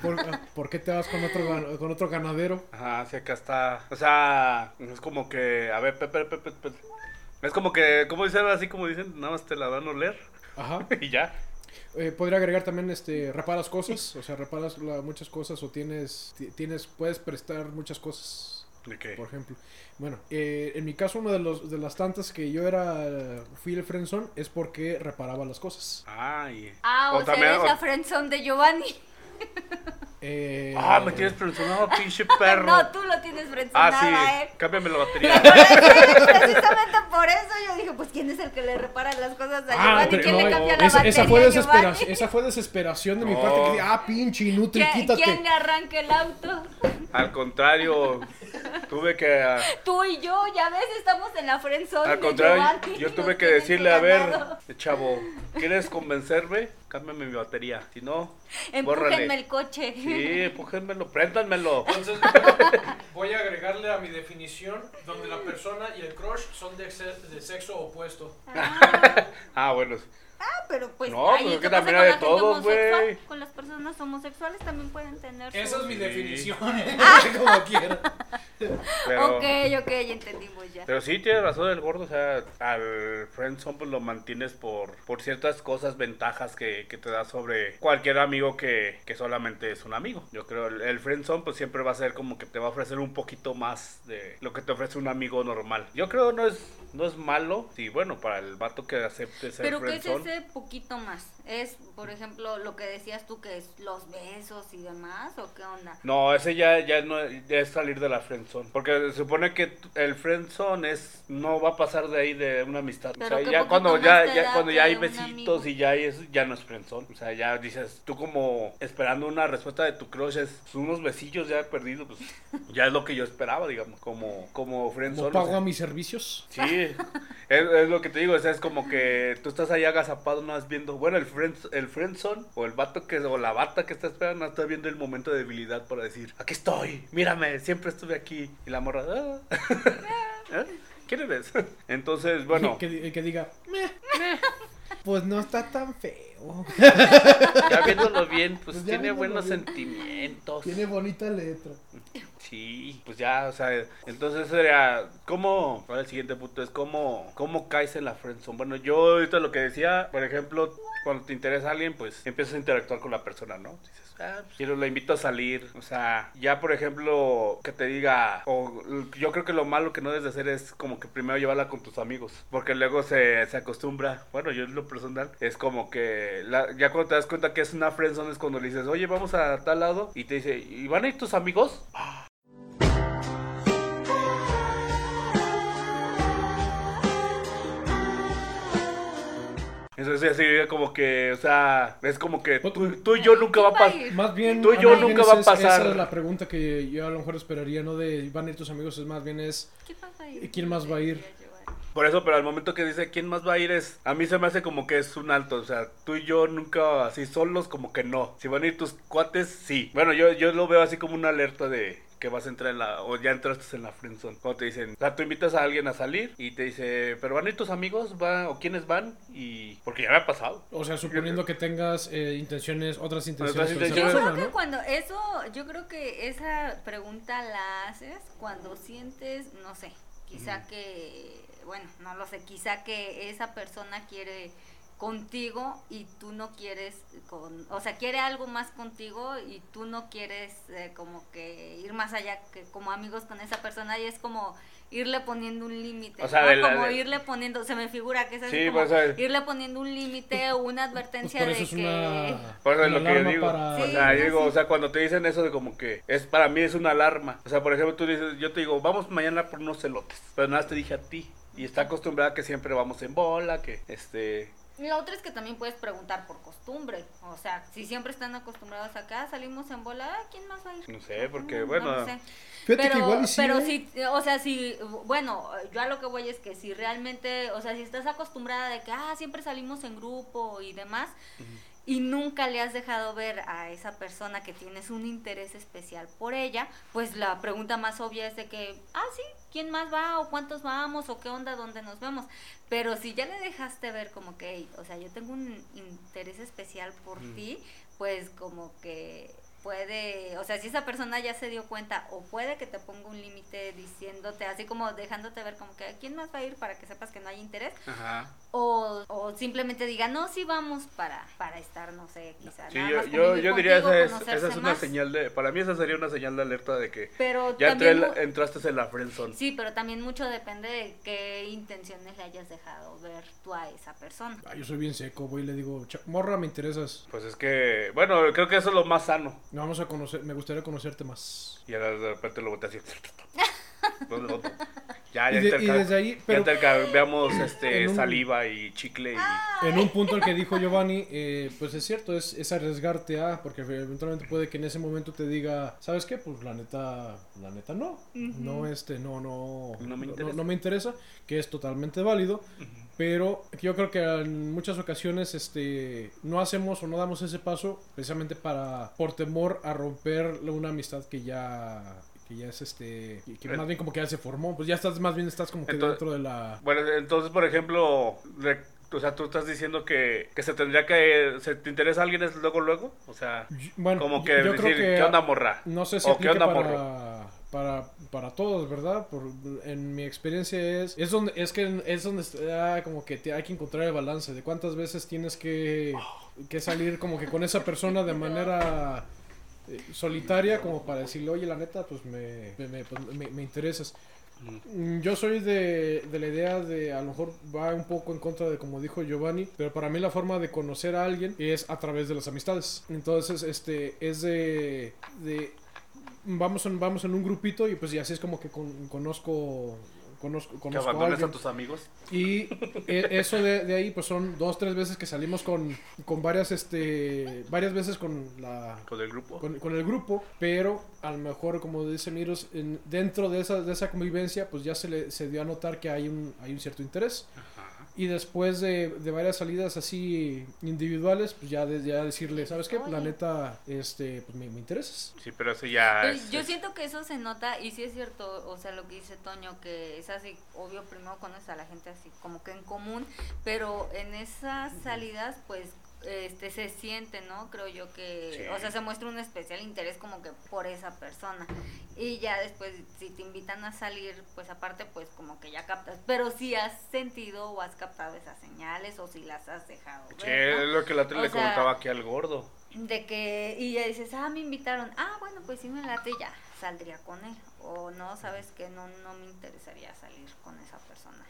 S3: por, por qué te vas con otro gan- con otro ganadero?
S1: Ajá, sí, acá está. O sea, no es como que, a ver, Pepe, Pepe, Pepe. Es como que, ¿cómo dicen? Así como dicen, nada más te la dan a oler
S3: Ajá.
S1: y ya.
S3: Eh, podría agregar también este reparas cosas, o sea, reparas la- muchas cosas o tienes ti- tienes puedes prestar muchas cosas.
S1: ¿De qué?
S3: por ejemplo. Bueno, eh, en mi caso, una de, los, de las tantas que yo era fui el friendzone es porque reparaba las cosas.
S1: Ay.
S2: Ah, o, sea,
S1: también-
S2: eres
S1: o-
S2: la friendzone de Giovanni.
S3: Eh,
S1: Ah, me tienes presionado, pinche perro.
S2: No, eh. tú lo tienes friendzonado a
S1: ah,
S2: él.
S1: sí, cámbiame la batería.
S2: Precisamente por eso yo dije, pues quién es el que le repara las cosas a
S3: Ah,
S2: Giovanni,
S3: pero
S2: quién
S3: no,
S2: le cambia la
S3: esa,
S2: batería
S3: esa fue
S2: a
S3: desespera-
S2: Giovanni?
S3: esa fue desesperación de mi
S1: No.
S3: parte. Que, dije, ah, pinche inútil,
S2: ¿Qui-
S3: quítate.
S2: ¿Quién le arranca el auto?
S1: Al contrario, tuve que. ah,
S2: Tú y yo, ya ves, estamos en la friendzone
S1: Al
S2: de
S1: contrario,
S2: Giovanni,
S1: yo
S2: nos
S1: tuve que
S2: tienes
S1: decirle, a ver,
S2: ganado.
S1: chavo, ¿quieres convencerme? Cámbiame mi batería. Si no,
S2: Empújenme
S1: bórrale.
S2: el coche.
S1: Sí, empújenmelo, préndanmelo.
S3: Entonces, voy a agregarle a mi definición donde la persona y el crush son de, sexo opuesto.
S1: Ah, bueno. sí.
S2: Ah, pero pues
S1: No,
S2: ahí
S1: pues es
S2: ¿qué
S1: que
S2: pasa
S1: también hay
S2: con la
S1: de
S2: gente
S1: todo,
S2: homosexual?
S1: güey.
S2: Con las personas homosexuales también pueden tener
S3: Esa es
S2: sus-
S3: mi
S1: Sí.
S3: definición. ¿eh?
S1: definición,
S3: Como quiera.
S1: Pero,
S2: Ok, ok, ya entendimos ya.
S1: pero sí tienes razón el gordo, o sea, al friendzone pues lo mantienes por, por ciertas cosas, ventajas que, que te da sobre cualquier amigo que, que solamente es un amigo. Yo creo el, el friendzone pues siempre va a ser como que te va a ofrecer un poquito más de lo que te ofrece un amigo normal. Yo creo no es no es malo, sí, bueno, para el vato que acepte ser
S2: Pero ¿qué es
S1: friendzone.
S2: ese poquito más? ¿Es, por ejemplo, lo que decías tú que es los besos y demás? ¿O qué onda?
S1: No, ese ya, ya no ya es salir de la friendzone. Porque se supone que t- el friendzone es no va a pasar de ahí de una amistad.
S2: Pero
S1: o sea,
S2: qué
S1: ya
S2: poquito
S1: cuando
S2: más
S1: ya,
S2: te
S1: ya
S2: da
S1: cuando
S2: que
S1: ya hay
S2: un
S1: besitos
S2: amigo.
S1: y ya es ya no es friendzone. O sea, ya dices tú como esperando una respuesta de tu crush es pues, unos besillos ya perdidos, pues ya es lo que yo esperaba, digamos, como como
S3: Como
S1: friendzone. o
S3: pago
S1: sea.
S3: a mis servicios.
S1: Sí, es, es lo que te digo, o sea, es como que tú estás ahí agazapado, no vas viendo, bueno, el friend, el friendzone o el vato que, o la bata que está esperando, no está viendo el momento de debilidad para decir, aquí estoy, mírame, siempre estuve aquí, y la morra, "Ah". ¿Eh? ¿quién eres? Entonces, bueno,
S3: Que, di- que diga, "Meh, meh". pues no está tan feo.
S1: ya viéndolo bien, pues
S3: Pues ya
S1: tiene
S3: viéndolo
S1: buenos
S3: bien.
S1: sentimientos.
S3: Tiene bonita letra.
S1: Sí, pues ya, o sea, entonces sería, ¿cómo? Ahora el siguiente punto es, ¿cómo, cómo caes en la friendzone? Bueno, yo ahorita lo que decía, por ejemplo, cuando te interesa alguien, pues empiezas a interactuar con la persona, ¿no? Dices, ah, pues, quiero, la invito a salir, o sea, ya por ejemplo, que te diga, o l- yo creo que lo malo que no debes de hacer es como que primero llevarla con tus amigos, porque luego se, se acostumbra, bueno, yo en lo personal, es como que la- ya cuando te das cuenta que es una friendzone es cuando le dices, oye, vamos a tal lado, y te dice, ¿y van a ir tus amigos? Entonces así como que, o sea, es como que
S3: Ot-
S1: tú, tú y yo nunca va a pasar.
S2: Ay,
S3: Más bien,
S1: Tú y yo
S3: más bien
S1: nunca
S3: esa
S1: va a
S3: es- Esa
S1: pasar.
S3: es la pregunta que yo a lo mejor esperaría, no de van a ir tus amigos, es más bien es
S2: ¿Qué más va a
S3: ¿Y
S2: ir?
S3: quién más va a ir?
S1: Por eso, pero al momento que dice quién más va a ir es, a mí se me hace como que es un alto, o sea, tú y yo nunca así solos como que no. Si van a ir tus cuates, sí. Bueno, yo, yo lo veo así como una alerta de que vas a entrar en la, o ya entraste en la friendzone. Cuando te dicen, o sea, tú invitas a alguien a salir y te dice, pero van a ir tus amigos, va, o quiénes van, y, porque ya me ha pasado.
S3: O sea, suponiendo que tengas eh, intenciones, otras intenciones.
S1: Otras
S3: con esa
S2: Yo
S1: intenciones.
S3: persona,
S2: creo que
S3: ¿no?
S2: cuando eso, yo creo que esa pregunta la haces cuando sientes, no sé, quizá que, bueno, no lo sé, quizá que esa persona quiere contigo y tú no quieres, con, o sea, quiere algo más contigo y tú no quieres eh, como que ir más allá que como amigos con esa persona y es como irle poniendo un límite,
S1: O sea,
S2: ¿no?
S1: de la-
S2: como
S1: de-
S2: irle poniendo, se me figura que es así
S1: Sí,
S2: como
S1: pues, eh.
S2: irle poniendo un límite o una
S3: Pues
S2: advertencia
S3: por eso es
S2: de que
S3: una.
S1: Por eso es
S3: una
S1: lo que yo
S3: alarma
S1: digo.
S3: para-
S1: O
S2: Sí,
S1: sea, yo
S2: no,
S1: digo,
S2: sí.
S1: o sea, cuando te dicen eso de como que es para mí es una alarma. O sea, por ejemplo, tú dices, yo te digo, vamos mañana por unos celotes. Pero nada, más te dije a ti. Y está acostumbrada que siempre vamos en bola, que este.
S2: Y La otra es que también puedes preguntar por costumbre. O sea, si siempre están acostumbrados acá, salimos en bola, ah, ¿quién más va a ir? Mm,
S1: No sé, porque,
S2: no
S1: bueno.
S2: lo sé.
S3: Fíjate
S2: pero,
S3: que igual y sí,
S2: pero
S3: ¿eh?
S2: si, o sea, si, bueno, yo a lo que voy es que si realmente, o sea, si estás acostumbrada de que, ah, siempre salimos en grupo y demás, y nunca le has dejado ver a esa persona que tienes un interés especial por ella, pues la pregunta más obvia es de que, ah, sí, ¿quién más va? ¿O cuántos vamos? ¿O qué onda? ¿Dónde nos vemos? Pero si ya le dejaste ver como que, "Ey, o sea, yo tengo un interés especial por
S1: Mm.
S2: ti, pues como que puede, o sea, si esa persona ya se dio cuenta o puede que te ponga un límite diciéndote, así como dejándote ver como que, ¿quién más va a ir para que sepas que no hay interés?
S1: Ajá.
S2: O, o simplemente diga, no, sí vamos para, para estar, no sé, quizás.
S1: Sí, yo, yo, yo diría esa es, esa es una señal de. Para mí, esa sería una señal de alerta de que
S2: Pero
S1: ya entré
S2: también,
S1: en la-
S2: mu-
S1: entraste en la friendzone.
S2: sí, pero también mucho depende de qué intenciones le hayas dejado ver tú a esa persona.
S3: Ah, yo soy bien seco, voy y le digo, "Cha- morra, me interesas.
S1: Pues es que, bueno, creo que eso es lo más sano.
S3: No vamos a conocer, me gustaría conocerte más.
S1: Y ahora de repente lo boté así. ya, ya
S3: Y de- y
S1: interca-
S3: desde ahí,
S1: ya
S3: pero-
S1: intercambiamos este,
S3: En un-
S1: saliva y chicle. Y...
S2: Ah,
S3: En un punto al que dijo Giovanni, eh, pues es cierto, es, es arriesgarte a, porque eventualmente puede que en ese momento te diga, ¿sabes qué? Pues la neta, la neta no. No, este, no, no.
S1: No me interesa.
S3: no me interesa, que es totalmente válido. Pero yo creo que en muchas ocasiones este, no hacemos o no damos ese paso precisamente para por temor a romper una amistad que ya que ya es este que- que
S1: Eh.
S3: más bien como que ya se formó pues ya estás más bien estás como que
S1: Entonces-
S3: dentro de la
S1: Bueno, entonces, por ejemplo, re- o sea, tú estás diciendo que, que se tendría que. ¿Se te interesa alguien es luego, luego? O sea,
S3: Y- bueno
S1: como
S3: yo-
S1: que
S3: yo creo
S1: decir,
S3: que-
S1: ¿qué onda, morra?
S3: no sé si
S1: ¿O qué
S3: aplica
S1: onda, morro?
S3: para, para, para todos, ¿verdad? Por, en mi experiencia es es donde es que es donde está como que te- hay que encontrar el balance de cuántas veces tienes que, que salir como que con esa persona de manera eh, solitaria como para decirle, oye, la neta, pues me, me, me- pues, me- me interesas. Mm, Yo soy de, de la idea de, a lo mejor va un poco en contra de como dijo Giovanni, pero para mí la forma de conocer a alguien es a través de las amistades. Entonces, este, es de, de vamos, en, vamos en un grupito y pues y así es como que con- conozco, conozco,
S1: Que
S3: conozco a
S1: abandones a
S3: alguien.
S1: tus amigos.
S3: Y e- eso de, de ahí, pues son dos, tres veces que salimos con, con varias, este, varias veces con la,
S1: Con el grupo.
S3: con, con el grupo, pero a lo mejor, como dice Miros, en- dentro de esa, de esa convivencia, pues ya se, le, se dio a notar que hay un, hay un cierto interés. Y después de, de varias salidas así individuales, pues ya, de- ya decirle, ¿sabes qué? Pues La
S2: Oye.
S3: neta, este, pues me, me interesas.
S1: Sí, pero eso ya.
S2: Pero
S1: es- eh,
S2: yo
S1: es-
S2: siento que eso se nota y sí es cierto, o sea, lo que dice Toño, que es así, obvio, primero conoces a la gente así como que en común, pero en esas salidas, pues, este, se siente, ¿no? Creo yo que,
S1: Sí.
S2: o sea, se muestra un especial interés como que por esa persona. Y ya después, si te invitan a salir, pues aparte, pues como que ya captas, pero si has sentido o has captado esas señales o si las has dejado.
S1: Sí,
S2: ver, ¿no?
S1: es lo que la otra
S2: O
S1: le
S2: sea-
S1: comentaba aquí al gordo.
S2: de que y ya dices ah me invitaron ah bueno pues sí me late y ya saldría con él o no sabes que no no me interesaría salir con esa persona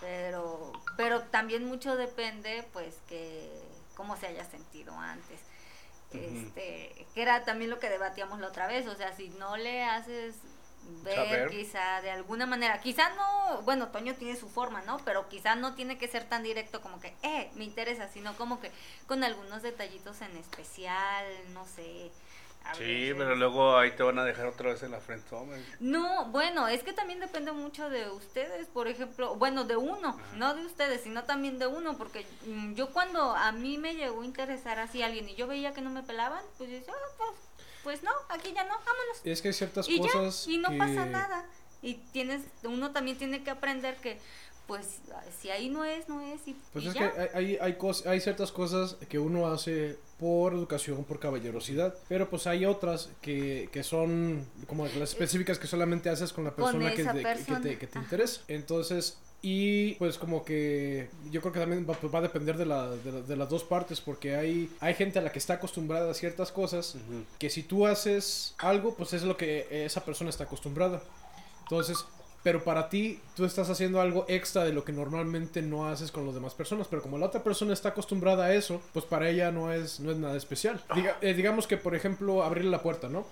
S2: pero pero también mucho depende pues que cómo se haya sentido antes
S1: Ujú.
S2: este que era también lo que debatíamos la otra vez o sea si no le haces ver,
S1: Saber.
S2: quizá de alguna manera, quizá no, bueno, Toño tiene su forma, ¿no? Pero quizá no tiene que ser tan directo como que, eh, me interesa, sino como que con algunos detallitos en especial, no sé. a
S1: Sí,
S2: veces.
S1: pero luego ahí te van a dejar otra vez en la frente.
S2: No, bueno, es que también depende mucho de ustedes, por ejemplo, bueno, de uno, no de ustedes, sino también de uno, porque mm, yo cuando a mí me llegó a interesar así alguien y yo veía que no me pelaban, pues yo decía, "Ah, pues, pues no, aquí ya no, vámonos.
S3: Es que hay ciertas
S2: Y ya,
S3: cosas.
S2: y no
S3: que-
S2: pasa nada. Y tienes, uno también tiene que aprender que, pues, si ahí no es, no es, y,
S3: Pues
S2: y
S3: es que
S2: ya.
S3: hay, hay, hay cos- hay ciertas cosas que uno hace por educación, por caballerosidad, pero pues hay otras que, que son como las específicas que solamente haces con la
S2: Con
S3: persona, que,
S2: esa
S3: te- que te-
S2: persona,
S3: que te,
S2: ajá.
S3: interesa. Entonces, y pues como que yo creo que también va, va a depender de, la- de la- de las dos partes, porque hay, hay gente a la que está acostumbrada a ciertas cosas, que si tú haces algo, pues es lo que esa persona está acostumbrada. Entonces, pero para ti, tú estás haciendo algo extra de lo que normalmente no haces con las demás personas. Pero como la otra persona está acostumbrada a eso, pues para ella no es, no es nada especial. Diga- eh, digamos que, por ejemplo, abrirle la puerta, ¿no?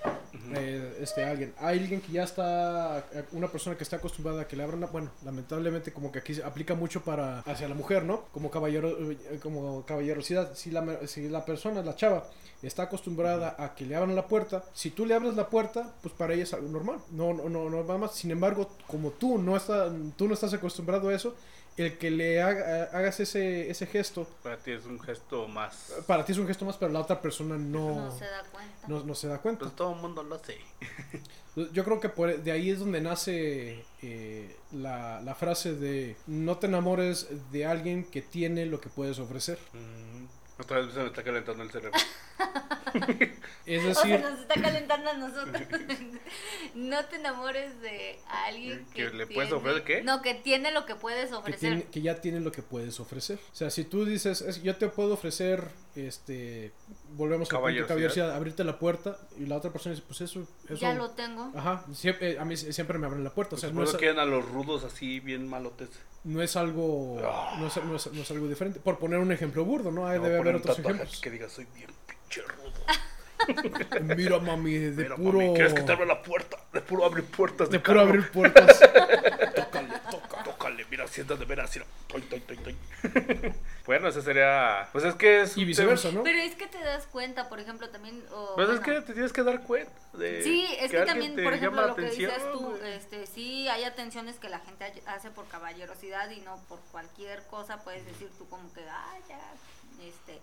S3: Eh, este, a alguien. Hay alguien que ya está, eh, una persona que está acostumbrada a que le abran la, bueno, lamentablemente como que aquí se aplica mucho para, hacia la mujer, ¿no? Como caballero, eh, como caballerosidad. Si la, me- si la persona, la chava, está acostumbrada a que le abran la puerta, si tú le abres la puerta, pues para ella es algo normal. No, no, no, no va más. Sin embargo, como tú no, está, tú no estás acostumbrado a eso, el que le haga- hagas ese, ese gesto,
S1: Para ti es un gesto más.
S3: para ti es un gesto más, pero la otra persona no,
S2: No se da cuenta.
S3: no- no se da cuenta.
S1: Pues todo el mundo lo hace.
S3: Pues, Yo creo que por- de ahí es donde nace eh, la, la frase de no te enamores de alguien que tiene lo que puedes ofrecer.
S1: Mm. Otra vez se me está calentando el cerebro.
S3: Es
S2: O sea,
S3: decir,
S2: nos está calentando a nosotros. no te enamores de alguien que,
S1: ¿Que le puedes
S2: tiene-
S1: ofrecer qué?
S2: No, que tiene lo que puedes
S3: que,
S2: ofrecer.
S3: tiene- que ya tiene lo que puedes ofrecer. O sea, si tú dices, "Es- yo te puedo ofrecer, este, volvemos al punto de
S1: Caballerosidad.
S3: caballerosidad, abrirte la puerta y la otra persona dice, pues eso, eso.
S2: Ya lo tengo.
S3: Ajá, siempre, eh, a mí siempre me abren la puerta. O sea, no
S1: Por
S3: es,
S1: eso quieren a los rudos así, bien malotes.
S3: no es algo no es, no es- no es algo diferente. Por poner un ejemplo burdo, ¿no?
S1: Me
S3: Ahí
S1: voy
S3: debe
S1: a poner
S3: haber
S1: un
S3: otros
S1: tatuaje
S3: ejemplos.
S1: aquí que diga, soy bien pinche rudo.
S3: Mira, mami, de
S1: Mira,
S3: puro...
S1: mami, ¿quieres que te abra la puerta? De puro abrir puertas.
S3: De
S1: De,
S3: puro
S1: carro.
S3: abrir puertas.
S1: Tócale, toca, tócale. Mira, siéntate, mira, así. Toy, toy, toy, toy. bueno, ese sería... Pues es que es...
S3: y viceversa, ¿no?
S2: Pero es que te das cuenta, por ejemplo, también. o,
S1: Pues es
S2: bueno,
S1: que te tienes que dar cuenta de
S2: Sí, es que,
S1: alguien
S2: también,
S1: te
S2: por ejemplo,
S1: llama la
S2: lo que dices
S1: atención,
S2: tú,
S1: güey.
S2: este, sí, hay atenciones que la gente hay- hace por caballerosidad y no por cualquier cosa, puedes decir tú como que, ah, ya, este,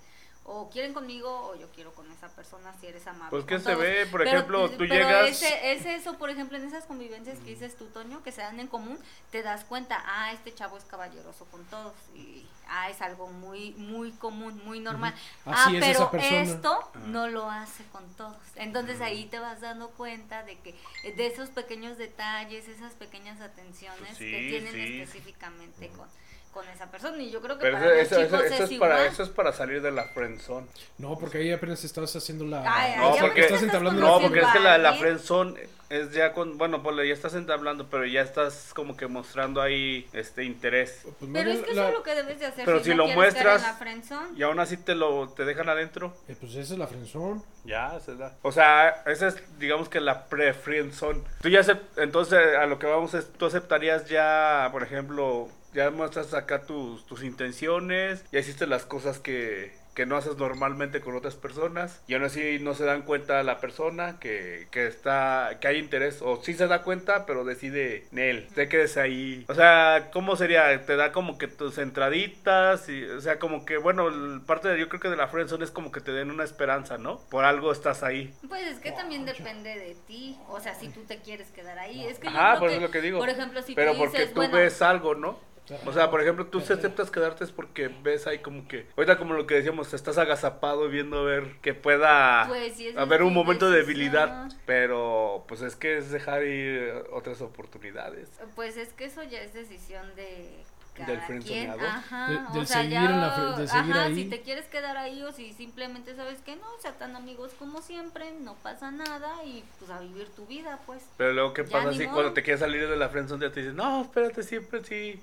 S2: o quieren conmigo o yo quiero con esa persona si eres amable.
S1: Pues que
S2: con
S1: se
S2: todos.
S1: ve, por
S2: Pero- mm,
S1: ejemplo, tú
S2: pero
S1: llegas-
S2: ese- Es eso, por ejemplo, en esas convivencias que dices tú, Toño, que se dan en común, te das cuenta, ah, este chavo es caballeroso con todos y, ah, es algo muy, muy común, muy normal.
S3: Así
S2: ah,
S3: es
S2: pero
S3: esa persona.
S2: esto no lo hace con todos. Entonces ahí te vas dando cuenta de que de esos pequeños detalles, esas pequeñas atenciones
S1: Pues
S2: que
S1: sí,
S2: tienen
S1: sí.
S2: específicamente con, con esa persona. Y yo creo que
S1: Pero
S2: para
S1: eso,
S2: los
S1: eso-
S2: chicos
S1: eso
S2: es,
S1: es
S2: igual.
S1: para, eso es para salir de la friendzone.
S3: No, porque ahí apenas estás haciendo la...
S2: Ay, ay,
S1: No,
S2: ya
S1: porque-
S2: me
S3: estás entablando
S1: No,
S3: la...
S1: porque es que la, la
S2: ¿vale?
S1: friendzone es ya con... Bueno, pues ya estás entablando, pero ya estás como que mostrando ahí este interés.
S3: Pues más
S2: Pero
S3: bien
S2: es que
S3: la-
S2: eso es lo que debes de hacer.
S1: Pero si
S2: no
S1: lo
S2: quieres caer en
S1: muestras-
S2: la friendzone.
S1: Y aún así te lo te dejan adentro.
S3: eh, pues esa es la frenzón.
S1: Ya, se da. O sea, esa es, digamos que la pre-friendzone. Tú ya acep- entonces a lo que vamos es, tú aceptarías ya, por ejemplo, ya muestras acá tus, tus intenciones, ya hiciste las cosas que, que no haces normalmente con otras personas, y aún así no se dan cuenta la persona que, que está, que hay interés, o sí se da cuenta, pero decide en él, te quedes ahí. O sea, ¿cómo sería? Te da como que tus entraditas, y, o sea, como que, bueno, el- parte de, yo creo que de la friendzone es como que te den una esperanza, ¿no? Por algo estás ahí.
S2: Pues es que también depende de ti. O sea, si tú te quieres quedar ahí. Es que yo
S1: Ajá,
S2: creo
S1: por eso es lo que digo.
S2: Por ejemplo, si
S1: Pero
S2: tú
S1: porque
S2: dices,
S1: tú
S2: bueno,
S1: ves algo, ¿no? O sea, por ejemplo, tú si aceptas quedarte es porque ves ahí como que, ahorita como lo que decíamos, estás agazapado viendo a ver que pueda
S2: Pues, sí, esa
S1: haber
S2: es
S1: un
S2: tu
S1: momento de
S2: decisión.
S1: debilidad, pero pues es que es dejar ir otras oportunidades.
S2: Pues es que eso ya es decisión de cada
S1: Del
S2: quien.
S1: friendzoneado.
S2: Ajá,
S3: De-
S2: o
S3: del
S2: sea,
S3: seguir
S2: ya,
S3: en la fre- de seguir
S2: ajá,
S3: ahí.
S2: si te quieres quedar ahí o si simplemente sabes que no, sean tan amigos como siempre, no pasa nada y pues a vivir tu vida, pues.
S1: Pero luego, ¿qué
S2: Ya,
S1: pasa
S2: ni
S1: si
S2: modo.
S1: cuando te quieres salir de la friendzone ya te dicen, no, espérate, siempre sí,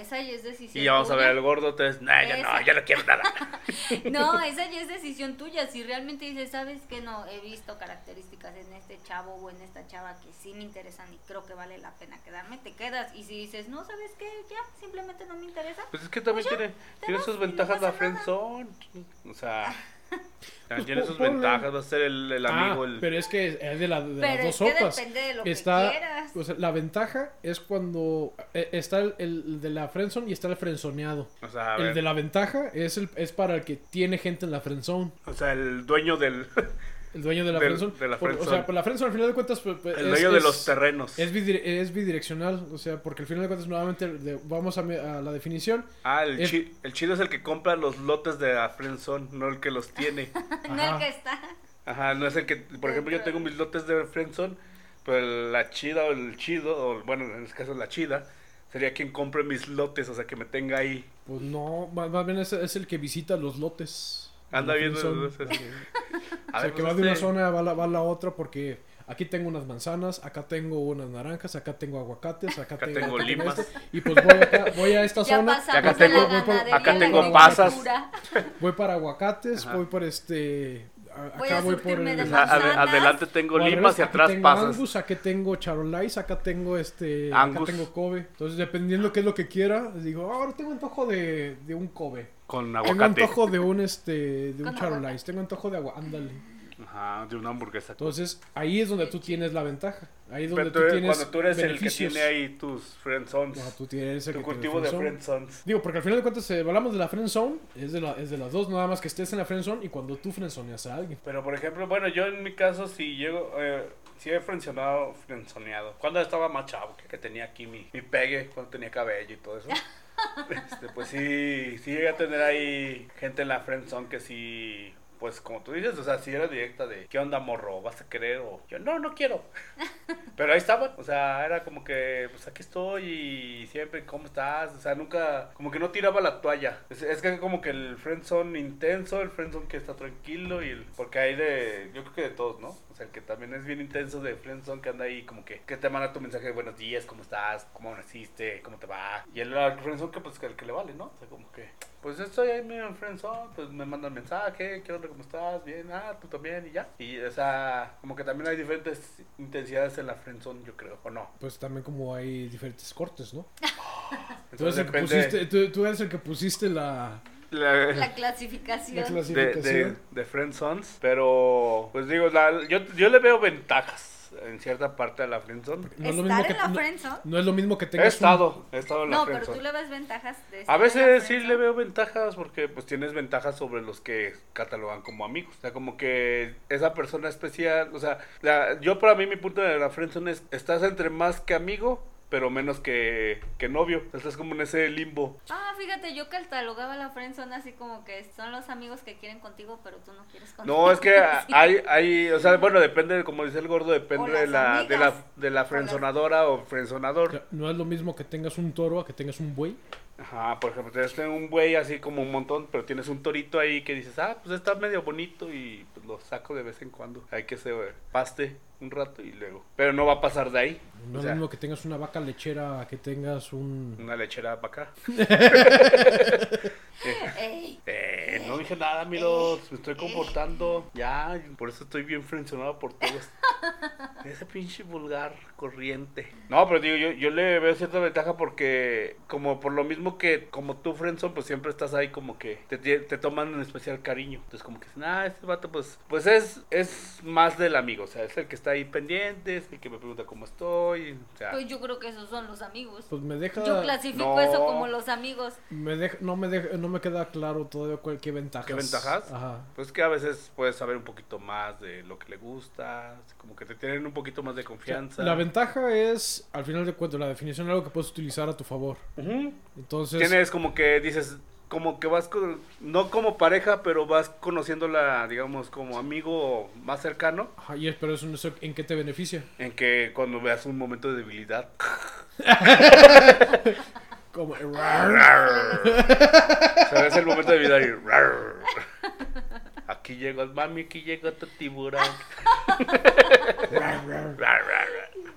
S2: Esa ya es decisión.
S1: Y ya vamos a ver
S2: tuya.
S1: el gordo, entonces, no, yo no, yo no quiero nada.
S2: No, esa ya es decisión tuya. Si realmente dices, sabes que no, he visto características en este chavo o en esta chava que sí me interesan y creo que vale la pena quedarme, te quedas. Y si dices, no, sabes qué, ya, simplemente no me interesa.
S1: Pues es que también
S2: Pues ya,
S1: tiene,
S2: te
S1: tiene
S2: vas
S1: sus
S2: y no
S1: ventajas
S2: pasa
S1: la
S2: nada.
S1: friendzone. O sea,
S3: Pues
S1: tiene
S3: po-
S1: sus
S3: ponle-
S1: ventajas, va a ser el, el
S3: Ah,
S1: amigo. el...
S3: pero es que es de, la- de
S2: Pero
S3: las dos
S2: es que
S3: sopas.
S2: depende de lo que
S3: está,
S2: quieras.
S3: o sea, la ventaja es cuando eh, está el, el de la friendzone y está el frenzoneado.
S1: O sea, a
S3: el
S1: ver,
S3: de la ventaja es el es para el que tiene gente en la friendzone,
S1: o sea, el dueño del...
S3: el dueño de la
S1: Del-
S3: friendzone.
S1: de la
S3: Por- O
S1: friendzone.
S3: sea, por la friendzone al final de cuentas pues, pues,
S1: el
S3: es-
S1: dueño de
S3: es-
S1: los terrenos.
S3: Es, bidire- es bidireccional, o sea, porque al final de cuentas nuevamente de- vamos a, mi- a la definición.
S1: Ah, el,
S3: es-
S1: chi- el chido es el que compra los lotes de la friendzone, no el que los tiene.
S2: No
S3: Ajá.
S2: el que está.
S1: Ajá, no es el que... Por ejemplo, yo tengo mis lotes de friendzone, pero la chida o el chido, o bueno, en este caso la chida, sería quien compre mis lotes, o sea, que me tenga ahí.
S3: Pues no, más, más bien es, es el que visita los lotes.
S1: Anda
S3: La
S1: viendo...
S3: friendzone.
S1: los- A ver,
S3: O sea, que
S1: pues,
S3: va de una
S1: este-
S3: zona, va a la, va a la otra, porque aquí tengo unas manzanas, acá tengo unas naranjas, acá tengo aguacates, acá,
S1: Acá tengo limas.
S3: esto, y pues voy, acá- voy a esta
S2: Ya
S3: zona,
S2: pasamos
S1: acá
S2: acá
S1: tengo-
S2: tengo,
S1: voy
S2: la
S1: por-
S2: ganadería,
S1: acá
S2: la
S1: tengo pasas.
S2: agricultura.
S3: voy para aguacates,
S1: Ajá. Ah,
S3: voy por este... a-
S2: Voy
S3: acá
S2: a
S3: voy por...
S2: surtirme de
S1: O
S3: el-
S1: sea, ade-
S2: manzanas.
S1: adelante tengo
S3: o al
S1: limas
S3: revés,
S1: y
S3: aquí
S1: atrás
S3: tengo
S1: pasas.
S3: Angus, aquí tengo charolais, acá tengo este...
S1: Angus.
S3: Acá tengo Kobe. Entonces, dependiendo qué es lo que quiera, digo, "Ah, ahora tengo antojo de, de un Kobe.
S1: Con
S3: Tengo
S1: aguacate.
S3: antojo de un este... de un
S2: Con
S3: charolais, tengo antojo de agua, ándale.
S1: Ajá, de una hamburguesa.
S3: Entonces, ahí es donde tú tienes la ventaja. Ahí es donde
S1: Pero
S3: tú,
S1: tú eres-
S3: tienes
S1: cuando tú eres el
S3: beneficios.
S1: que tiene ahí tus friendzones,
S3: No, tú tienes el
S1: tu
S3: que te
S1: cultivo de
S3: friendzone.
S1: friendzones.
S3: Digo, porque al final de cuentas, si hablamos de la friend zone, es de, la, es de las dos, nada más que estés en la friend zone y cuando tú friendzoneas a alguien.
S1: Pero por ejemplo, bueno, yo en mi caso si llego, eh, si he friendzoneado, friendzoneado. Cuando estaba más chavo, que, que tenía aquí mi, mi pegue, cuando tenía cabello y todo eso. Este, pues sí, sí llegué a tener ahí gente en la friendzone que sí, pues como tú dices, o sea, sí era directa de, ¿qué onda morro? ¿Vas a querer? O yo, no, no quiero. Pero ahí estaban, o sea, era como que, pues aquí estoy y siempre, ¿cómo estás? O sea, nunca, como que no tiraba la toalla. Es, es que como que el friendzone intenso, el friendzone que está tranquilo y el, porque hay de, yo creo que de todos, ¿no? O sea, el que también es bien intenso de friendzone que anda ahí como que, que te manda tu mensaje de buenos días, ¿cómo estás? ¿Cómo naciste? ¿Cómo te va? Y el al friendzone que pues que el que le vale, ¿no? O sea, como que, pues estoy ahí mira, en friendzone, pues me mandan mensaje, ¿qué onda? ¿Cómo estás? Bien, ah, tú también y ya. Y, o sea, como que también hay diferentes intensidades en la friendzone, yo creo, ¿o no?
S3: Pues también como hay diferentes cortes, ¿no? Tú
S1: Entonces
S3: eres, el que pusiste, tú, tú eres el que pusiste la,
S1: la-
S2: La
S3: la
S2: clasificación.
S1: de,
S3: clasificación.
S1: de, de friendzones, pero pues digo, la- yo, yo le veo ventajas en cierta parte de la friendzone.
S3: No es lo mismo
S2: ¿Estar
S3: que-
S2: en la
S3: no-
S2: friendzone?
S3: No es lo mismo que
S1: He
S3: tengas un-
S1: estado, he estado en la
S2: No, pero
S1: friendzone.
S2: tú le ves ventajas. de estar
S1: A
S2: en la
S1: veces sí
S2: friendzone.
S1: le veo ventajas porque pues tienes ventajas sobre los que catalogan como amigos. O sea, como que esa persona especial, o sea, la- yo para mí mi punto de la friendzone es estás entre más que amigo, pero menos que, que novio. Estás como en ese limbo.
S2: Ah, fíjate, yo catalogaba la friendzone así como que son los amigos que quieren contigo, pero tú no quieres contigo.
S1: No, es que
S2: Sí.
S1: hay, hay, o sea, bueno, depende, como dice el gordo,
S2: O
S1: depende
S2: las
S1: de la, de la,
S2: amigas.
S1: de la frenzonadora o frenzonador.
S3: No es lo mismo que tengas un toro a que tengas un buey.
S1: Ajá, por ejemplo, tienes un güey así como un montón, pero tienes un torito ahí que dices, ah, pues está medio bonito y pues, lo saco de vez en cuando. Hay que se eh, paste un rato y luego. Pero no va a pasar de ahí. O
S3: No es
S1: sea,
S3: lo mismo que tengas una vaca lechera a que tengas un...
S1: una lechera para acá.
S2: Ey,
S1: Eh, no dije nada, miro, me estoy comportando. Ya, por eso estoy bien frencionado por todos. Ese pinche vulgar corriente. No, pero digo, yo, yo le veo cierta ventaja porque, como por lo mismo que como tú, Frenson, pues siempre estás ahí como que te, tie- te toman en especial cariño. Entonces, como que dicen, ah, este vato, pues, pues es, es más del amigo. O sea, es el que está ahí pendiente, es el que me pregunta cómo estoy. O sea,
S2: pues yo creo que esos son los amigos.
S3: Pues me deja...
S2: Yo clasifico
S1: No.
S2: eso como los amigos.
S3: Me deja- no, me deja- no me queda claro todavía cuál, qué ventajas.
S1: ¿Qué ventajas?
S3: Ajá.
S1: Pues que a veces puedes saber un poquito más de lo que le gusta, así como que te tienen un poquito más de confianza.
S3: La ventaja es, al final de cuentas, la definición es algo que puedes utilizar a tu favor.
S1: Ujú.
S3: Entonces,
S1: Tienes como que dices, como que vas, con- no como pareja, pero vas conociéndola, digamos, como amigo más cercano,
S3: ajá, y es- pero eso no sé en qué te beneficia.
S1: en que cuando veas un momento de debilidad,
S3: Como,
S1: o sea, ves el momento de debilidad y... "Rar". Aquí llegó, mami, aquí llegó tu tiburón. Rar, rar, rar.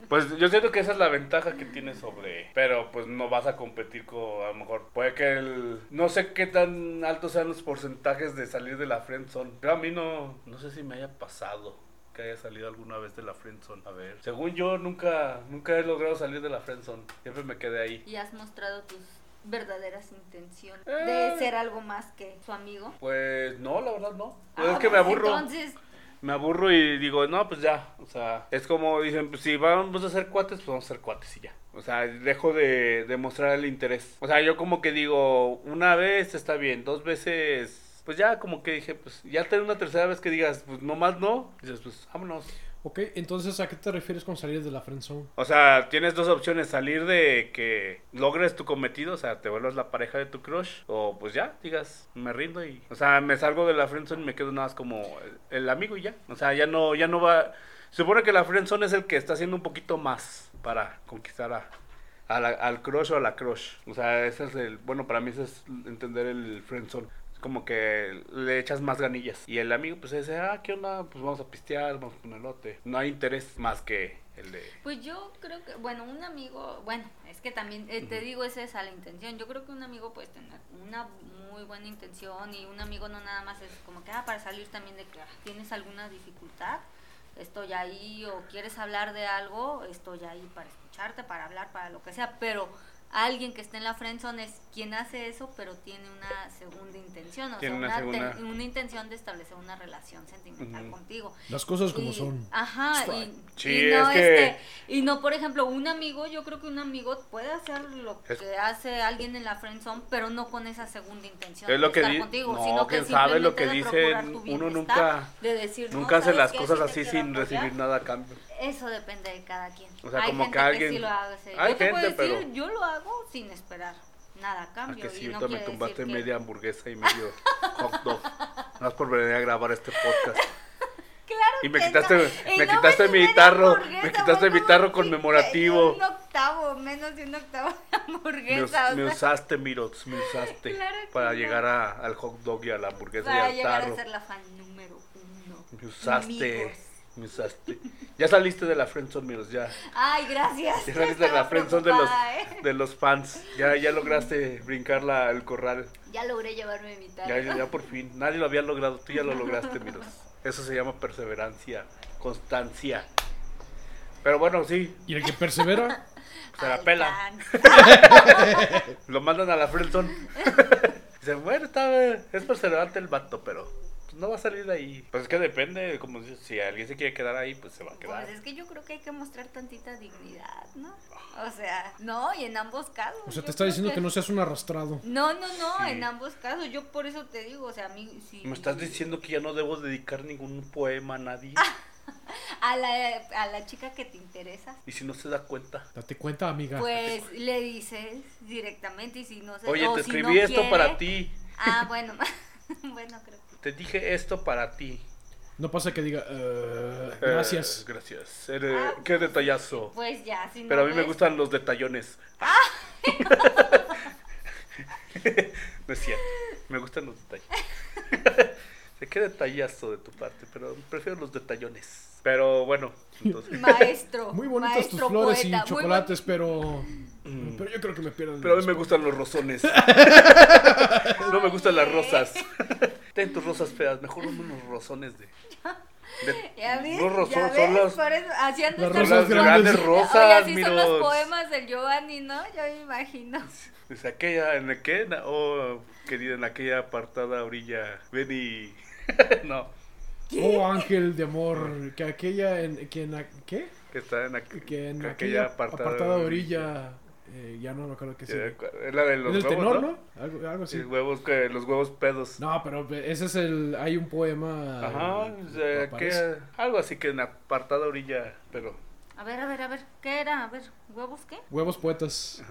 S1: Pues yo siento que esa es la ventaja que tienes sobre. Pero pues no vas a competir con. A lo mejor puede que el. No sé qué tan altos sean los porcentajes de salir de la Friendzone. Pero a mí no. No sé si me haya pasado que haya salido alguna vez de la Friendzone. A ver. Según yo, nunca. Nunca he logrado salir de la Friendzone. Siempre me quedé ahí.
S2: Y has mostrado tus verdaderas intenciones de
S1: Eh.
S2: ser algo más que su amigo.
S1: Pues no, la verdad no. Pues
S2: Ah,
S1: es que me
S2: pues
S1: aburro.
S2: Entonces,
S1: Me aburro y digo, no, pues ya. O sea, es como dicen, pues si vamos a ser cuates, pues vamos a ser cuates y ya. O sea, dejo de, de mostrar el interés. O sea, yo como que digo, una vez está bien, dos veces. Pues ya como que dije, pues ya tener una tercera vez que digas, pues nomás no, dices, pues vámonos.
S3: Ok, entonces, ¿a qué te refieres con salir de la friendzone?
S1: O sea, tienes dos opciones, salir de que logres tu cometido, o sea, te vuelvas la pareja de tu crush, o pues ya, digas, me rindo y... O sea, me salgo de la friendzone y me quedo nada más como el, el amigo y ya. O sea, ya no, ya no va... Se supone que la friendzone es el que está haciendo un poquito más para conquistar a, a la- al crush o a la crush. O sea, ese es el... Bueno, para mí ese es entender el friendzone. Es Como que le echas más ganillas. Y el amigo, pues, dice: Ah, ¿qué onda? Pues vamos a pistear, vamos a poner lote. No hay interés más que el de.
S2: pues yo creo que, bueno, un amigo, bueno, es que también eh, te digo, esa es a la intención. Yo creo que un amigo puede tener una muy buena intención y un amigo no nada más es como que, ah, para salir también de que ah, tienes alguna dificultad, estoy ahí o quieres hablar de algo, estoy ahí para escucharte, para hablar, para lo que sea, pero... Alguien que esté en la friendzone es quien hace eso, pero tiene una segunda intención, o
S1: Tiene
S2: sea,
S1: una
S2: una, te-
S1: segunda-
S2: una intención de establecer una relación sentimental
S1: Ujú.
S2: contigo.
S3: Las cosas
S2: Y-
S3: como son.
S2: Ajá, y,
S1: Sí,
S2: y no,
S1: es que-
S2: este, y no, por ejemplo, un amigo, yo creo que un amigo puede hacer lo
S1: Es-
S2: que hace alguien en la friendzone, pero no con esa segunda intención
S1: Es lo
S2: de
S1: que
S2: estar
S1: di-
S2: contigo,
S1: no,
S2: sino que
S1: quién sabe lo
S2: simplemente
S1: que
S2: de
S1: dice,
S2: procurar tu
S1: uno
S2: bienestar,
S1: nunca-
S2: de decir, no,
S1: Nunca hace
S2: ¿sabes
S1: las
S2: qué?
S1: cosas
S2: Sí te
S1: así
S2: quiero
S1: sin
S2: apoyar.
S1: recibir nada a cambio.
S2: Eso depende de cada quien.
S1: O sea,
S2: hay
S1: como
S2: gente
S1: que alguien-
S2: sí lo hace.
S1: hay
S2: yo te puedo
S1: gente,
S2: decir,
S1: pero-
S2: yo lo hago sin esperar nada a
S1: Ah,
S2: cambio.
S1: que
S2: y
S1: sí,
S2: no
S1: ahorita me
S2: quiere decir
S1: tumbaste
S2: que-
S1: media hamburguesa y medio hot dog. Nada más por venir a grabar este podcast.
S2: Claro
S1: Y me
S2: que
S1: quitaste-
S2: no. Y
S1: me
S2: no
S1: quitaste
S2: ni
S1: mi
S2: media
S1: tarro,
S2: hamburguesa,
S1: me quitaste
S2: fue
S1: mi
S2: como
S1: tarro
S2: un
S1: conmemorativo.
S2: quince- Un octavo, menos de un octavo de
S1: Me, us-
S2: hamburguesa.
S1: me
S2: o sea,
S1: usaste, Mirots, me usaste.
S2: Claro que
S1: para
S2: no.
S1: llegar a- al hot dog y a la hamburguesa
S2: para
S1: y al
S2: llegar
S1: tarro.
S2: a ser la fan número uno.
S1: Me usaste.
S2: Amigos.
S1: Me usaste. Ya saliste de la friendzone, Mirots, ya.
S2: Ay, gracias.
S1: Ya saliste de la
S2: Estaba
S1: friendzone de los,
S2: preocupada, ¿eh?
S1: de los fans. Ya, ya lograste brincar la- el corral.
S2: Ya logré llevarme mi tarro.
S1: Ya, ya, ya por fin. Nadie lo había logrado. Tú ya lo lograste, Miros. Eso se llama perseverancia, constancia. Pero bueno, sí,
S3: Y el que persevera,
S1: se la pela.
S2: Alcanza.
S1: Lo mandan a la Frenton. Dicen, bueno, está, es perseverante el vato, pero pues, no va a salir de ahí. Pues es que depende, como dices, si alguien se quiere quedar ahí, pues se va a quedar.
S2: Pues es que yo creo que hay que mostrar tantita dignidad, ¿no? O sea, no, y en ambos casos.
S3: o sea, te
S2: yo
S3: está
S2: creo
S3: diciendo que no seas un arrastrado.
S2: No, no, no,
S1: Sí.
S2: en ambos casos. Yo por eso te digo, o sea, a mí. sí-
S1: Me estás diciendo que ya no debo dedicar ningún poema a nadie.
S2: Ah. A la, a la chica que te interesa.
S1: Y si no se da cuenta.
S3: Date cuenta, amiga.
S2: Pues le dices directamente y si no se
S1: Oye,
S2: o
S1: te
S2: si
S1: escribí
S2: no
S1: esto
S2: quiere-
S1: para ti.
S2: Ah, bueno. bueno, creo que.
S1: Te dije esto para ti.
S3: No pasa que diga, "Eh,
S1: Eh,
S3: gracias.
S1: gracias. Eres-
S2: Ah.
S1: qué detallazo.
S2: Pues ya, si no
S1: Pero a mí me
S2: ves-
S1: gustan los detallones.
S2: Ah.
S1: no es cierto. Me gustan los detalles. Sé qué detallazo de tu parte, pero prefiero los detallones. Pero bueno, entonces.
S2: Maestro.
S3: Muy bonitas
S2: maestro
S3: tus flores
S2: poeta,
S3: y
S2: muy
S3: chocolates, pero. Pero yo creo que me pierdo. el
S1: Mm. Pero a mí me
S3: gusto.
S1: gustan los rosones. No me gustan las rosas. Ten tus rosas feas, mejor unos rosones de. de-
S2: boni- Ya ves,
S1: los
S2: ya
S1: rosones
S2: ves,
S1: son los.
S2: por eso- así han de
S3: Las
S2: estar
S1: Son las
S2: los
S1: grandes
S2: poemas. Oye,
S1: rosas,
S2: así son
S1: miros.
S2: los poemas del Giovanni, ¿no? Yo me imagino.
S1: Pues aquella, en aquella, oh, querida, en aquella apartada orilla, ven y... no,
S3: Oh, ángel de amor, que aquella en. Que en a- ¿Qué?
S1: que está en, aqu-
S3: Que en
S1: que
S3: aquella apartada, orilla. eh, ya no me acuerdo qué
S1: Ya
S3: sí.
S1: me acuerdo, Es la de los
S3: es el
S1: huevos,
S3: tenor,
S1: ¿no?
S3: ¿no? Algo, algo así.
S1: Sí, huevos, que- los huevos pedos.
S3: No, pero ese es el. Hay un poema.
S1: Ajá,
S3: eh,
S1: o sea,
S3: que aparece.
S1: aquella- algo así que en apartada orilla, pero...
S2: A ver, a ver, a ver. ¿Qué era? A ver, ¿huevos qué?
S3: Huevos poetas.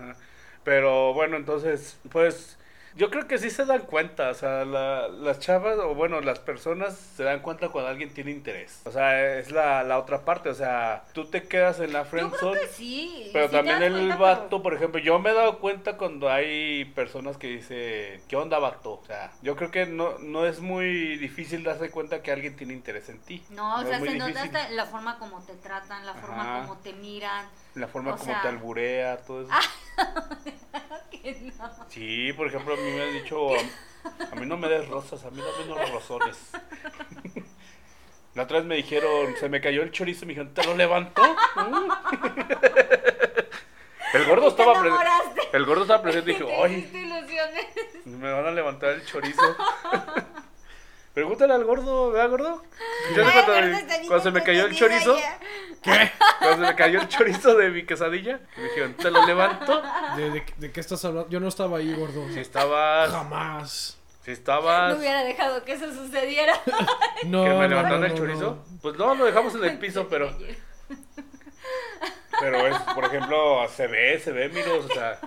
S1: Pero bueno, entonces, pues Yo creo que sí se dan cuenta, o sea, la- las chavas, o bueno, las personas se dan cuenta cuando alguien tiene interés. O sea, es la, la otra parte, o sea, tú te quedas en la
S2: Yo creo
S1: friendzone.
S2: que sí.
S1: Pero
S2: sí te
S1: también
S2: das
S1: el
S2: cuenta,
S1: vato,
S2: pero-
S1: por ejemplo, yo me he dado cuenta cuando hay personas que dicen, ¿qué onda vato? O sea, yo creo que no, no es muy difícil darse cuenta que alguien tiene interés en ti.
S2: No, o
S1: es
S2: sea,
S1: muy
S2: se nota
S1: difícil.
S2: hasta la forma como te tratan, la forma
S1: Ajá.
S2: como te miran.
S1: La forma
S2: o
S1: como
S2: sea- Ah.
S1: te alburea, todo eso.
S2: Que no.
S1: Sí, por ejemplo, a mí me han dicho, a, a mí no me des rosas, a mí dame unos rosones. La otra vez me dijeron, se me cayó el chorizo, me dijeron, ¿te lo levantó? Mm. El gordo
S2: Te
S1: estaba presente.
S2: enamoraste.
S1: El gordo estaba presente y dije,
S2: Te
S1: ¡ay!
S2: hiciste ilusiones.
S1: Me van a levantar el chorizo. Pregúntale al gordo, ¿verdad, gordo? Yo cuando, cuando se me cayó el chorizo, ¿qué? Cuando se me cayó el chorizo de mi quesadilla, me dijeron, ¿te lo levanto?
S3: ¿De, de- de qué estás hablando? Yo no estaba ahí, gordo.
S1: Si estabas,
S3: Jamás.
S1: si
S2: No
S1: estabas, que
S2: hubiera dejado que eso sucediera.
S3: No, no,
S1: me
S3: no,
S1: levantaron
S3: no,
S1: el
S3: no.
S1: chorizo. Pues no, lo dejamos en el piso, pero, pero es, por ejemplo, se ve, se ve, miros, o sea,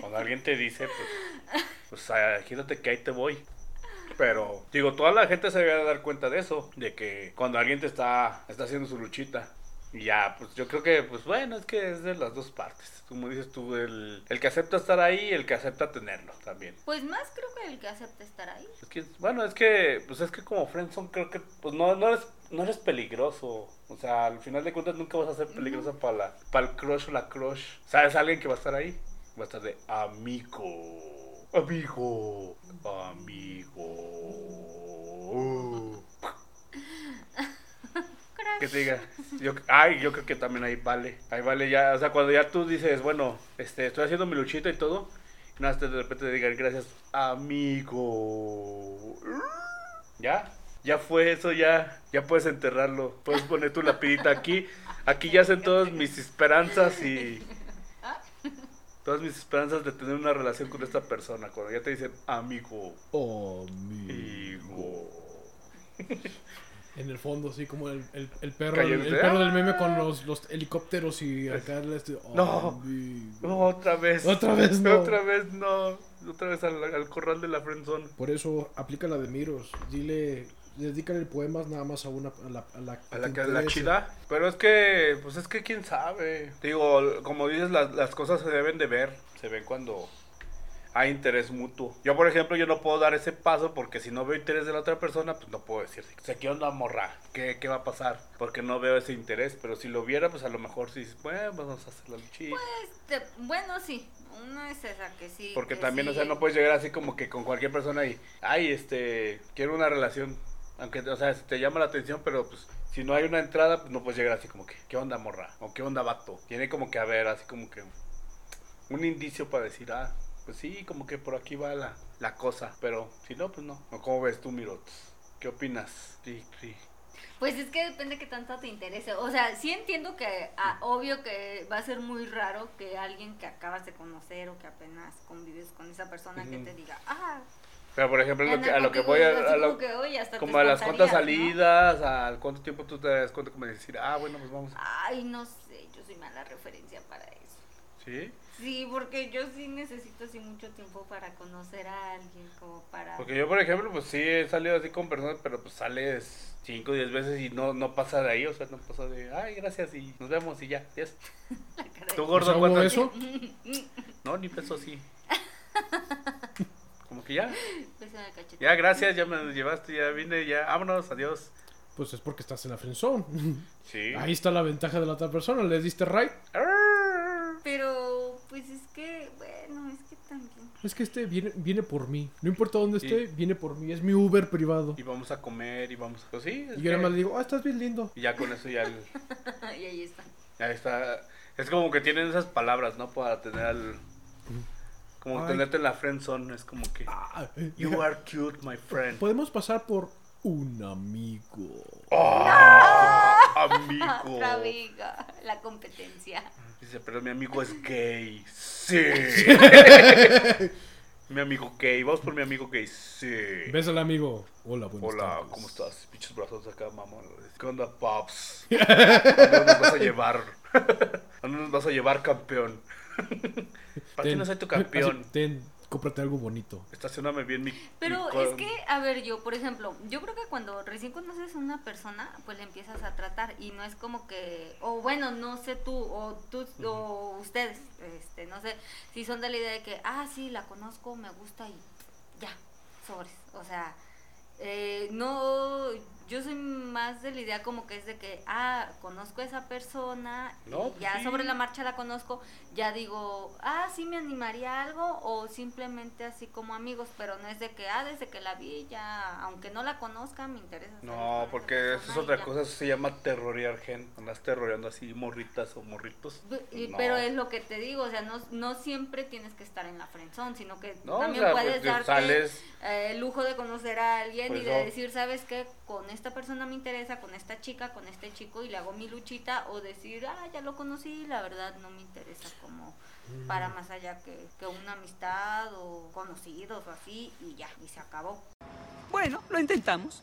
S1: cuando alguien te dice, pues, pues ah, quítate que ahí te voy. Pero, digo, toda la gente se debe dar cuenta de eso, de que cuando alguien te está, está haciendo su luchita. Y ya, pues yo creo que, pues bueno, es que es de las dos partes. Como dices tú, el, el que acepta estar ahí y el que acepta tenerlo también.
S2: Pues más creo que el que acepta estar ahí.
S1: Es que, bueno, es que, pues es que como Friendson creo que, pues no, no eres, no eres peligroso. O sea, al final de cuentas nunca vas a ser peligroso para, la, para el crush o la crush. ¿Sabes alguien que va a estar ahí? Va a estar de amigo. Amigo. Amigo. Que te diga. Yo, ay, yo creo que también ahí vale. Ahí vale ya. O sea, cuando ya tú dices, bueno, este, estoy haciendo mi luchita y todo. Y nada, hasta de repente te digan gracias, amigo. Ya. Ya fue eso, ya. Ya puedes enterrarlo. Puedes poner tu lapidita aquí. Aquí yacen todas mis esperanzas y. Todas mis esperanzas de tener una relación con esta persona. Cuando ya te dicen amigo.
S3: Oh, mi.
S1: Amigo.
S3: En el fondo, sí, como el, el, el perro,
S1: Cayó
S3: el,
S1: el-
S3: el perro del meme
S1: Ah.
S3: con los, los helicópteros y acá el este. oh,
S1: No.
S3: mi.
S1: Otra vez.
S3: Otra vez no.
S1: Otra vez no. Otra vez al, al corral de la friendzone.
S3: Por eso, aplica la de Miros. Dile, dedícale poemas nada más a una. A la, a la,
S1: A la,
S3: te
S1: que- la
S3: interese.
S1: chida. Pero es que, pues es que quién sabe. Digo, como dices, las, las cosas se deben de ver. Se ven cuando hay interés mutuo. Yo, por ejemplo, yo no puedo dar ese paso porque si no veo interés de la otra persona, pues no puedo decir, sé qué onda morra, ¿Qué, qué va a pasar. Porque no veo ese interés. Pero si lo viera, pues a lo mejor sí, dices, bueno, pues, vamos a hacer la luchita.
S2: Este, bueno, sí. Una es esa que sí.
S1: Porque
S2: que
S1: también,
S2: sí.
S1: o sea, no puedes llegar así como que con cualquier persona y, ay, este, quiero una relación. Aunque, o sea, te llama la atención, pero pues, si no hay una entrada, pues no puedes llegar así como que, ¿qué onda morra? O ¿qué onda vato? Tiene como que haber así como que un indicio para decir, ah, pues sí, como que por aquí va la, la cosa. Pero si no, pues no. ¿O ¿Cómo ves tú, Mirot? ¿Qué opinas? Sí, sí.
S2: Pues es que depende que tanto te interese. O sea, sí entiendo que ah, obvio que va a ser muy raro que alguien que acabas de conocer o que apenas convives con esa persona que
S1: Ujú.
S2: te diga, ah,
S1: Pero por ejemplo,
S2: ya
S1: lo que-
S2: anda
S1: a lo que
S2: contigo",
S1: voy
S2: y
S1: a...
S2: así
S1: a lo-
S2: como que, "Oye, hasta te
S1: como a las cuantas
S2: espantarías", ¿no?
S1: salidas, al cuánto tiempo tú te das cuenta como de decir, ah, bueno, pues vamos.
S2: Ay, no sé, yo soy mala referencia para eso.
S1: ¿Sí?
S2: Sí, porque yo sí necesito así mucho tiempo para conocer a alguien, como para...
S1: Porque yo, por ejemplo, pues sí he salido así con personas, pero pues sales 5 o 10 veces y no, no pasa de ahí, o sea, no pasa de, ay, gracias y nos vemos y ya, ya es.
S2: Caray.
S1: ¿Tú
S3: O sea,
S1: gordo
S3: ¿hubo
S1: cuántas?
S3: eso?
S1: No, ni peso así. Como que ya,
S2: Beso en el cachete.
S1: ya, gracias, ya me llevaste, ya vine, ya, vámonos, adiós.
S3: Pues es porque estás en la friendzone.
S1: Sí.
S3: Ahí está la ventaja de la otra persona. Le diste right.
S1: Arr.
S2: Pero, pues es que, bueno, es que también...
S3: Es que este viene, viene por mí. No importa dónde esté, viene por mí. Es mi Uber privado.
S1: Y vamos a comer y vamos a... Pues sí, es
S3: Y yo nada
S1: que-
S3: más le digo, ah, estás bien lindo.
S1: y ya con eso ya, el-
S2: y ahí está.
S1: ya está. Es como que tienen esas palabras, ¿no? Para tener al... Como
S3: Ay.
S1: tenerte en la friend zone, es como que...
S3: Ah, eh,
S1: You are cute, my friend.
S2: Pues,
S3: Podemos pasar por un amigo.
S1: Oh, Amigo.
S2: Otra amiga, la competencia.
S1: Dice, pero mi amigo es gay. Sí. mi amigo gay. Vamos por mi amigo gay. Sí.
S3: Ves al amigo. Hola, buenas
S1: Hola,
S3: tardes.
S1: ¿cómo estás? Pinches brazos acá, mamón. ¿Qué onda, paps? ¿A dónde nos vas a llevar? ¿A dónde nos vas a llevar, campeón? ¿Para qué
S3: Ten-
S1: no soy tu campeón?
S3: así, ten, cómprate algo bonito.
S1: Estacioname bien mi.
S2: Pero
S1: mi co-
S2: es que, a ver, yo, por ejemplo, yo creo que cuando recién conoces a una persona, pues le empiezas a tratar y no es como que, o bueno, no sé tú, o tú, o ustedes, este, no sé, si son de la idea de que, ah, sí, la conozco, me gusta y ya, sobres. O sea, eh, no, yo soy más de la idea como que es de que, ah, conozco a esa persona,
S1: No,
S2: y ya
S1: pues sí.
S2: sobre la marcha la conozco, ya digo, ah, sí me animaría a algo, o simplemente así como amigos, pero no es de que, ah, desde que la vi ya, aunque no la conozca, me interesa. salir con
S1: No,
S2: esa
S1: porque
S2: persona
S1: eso es
S2: y
S1: otra
S2: ya.
S1: cosa, eso se llama terrorear gen. Andas terroreando así morritas o morritos.
S2: Y-
S1: No.
S2: Pero es lo que te digo, o sea, no, no siempre tienes que estar en la frenzón, sino que
S1: No, o
S2: también
S1: sea,
S2: puedes
S1: pues,
S2: darte
S1: sales-
S2: eh, el lujo de conocer a alguien
S1: Pues
S2: y
S1: no.
S2: de decir, ¿sabes qué? Con esta persona me interesa, con esta chica, con este chico y le hago mi luchita, o decir, ah, ya lo conocí, la verdad no me interesa como
S1: Mm.
S2: para más allá que, que una amistad o conocidos o así, y ya, y se acabó.
S8: Bueno, lo intentamos.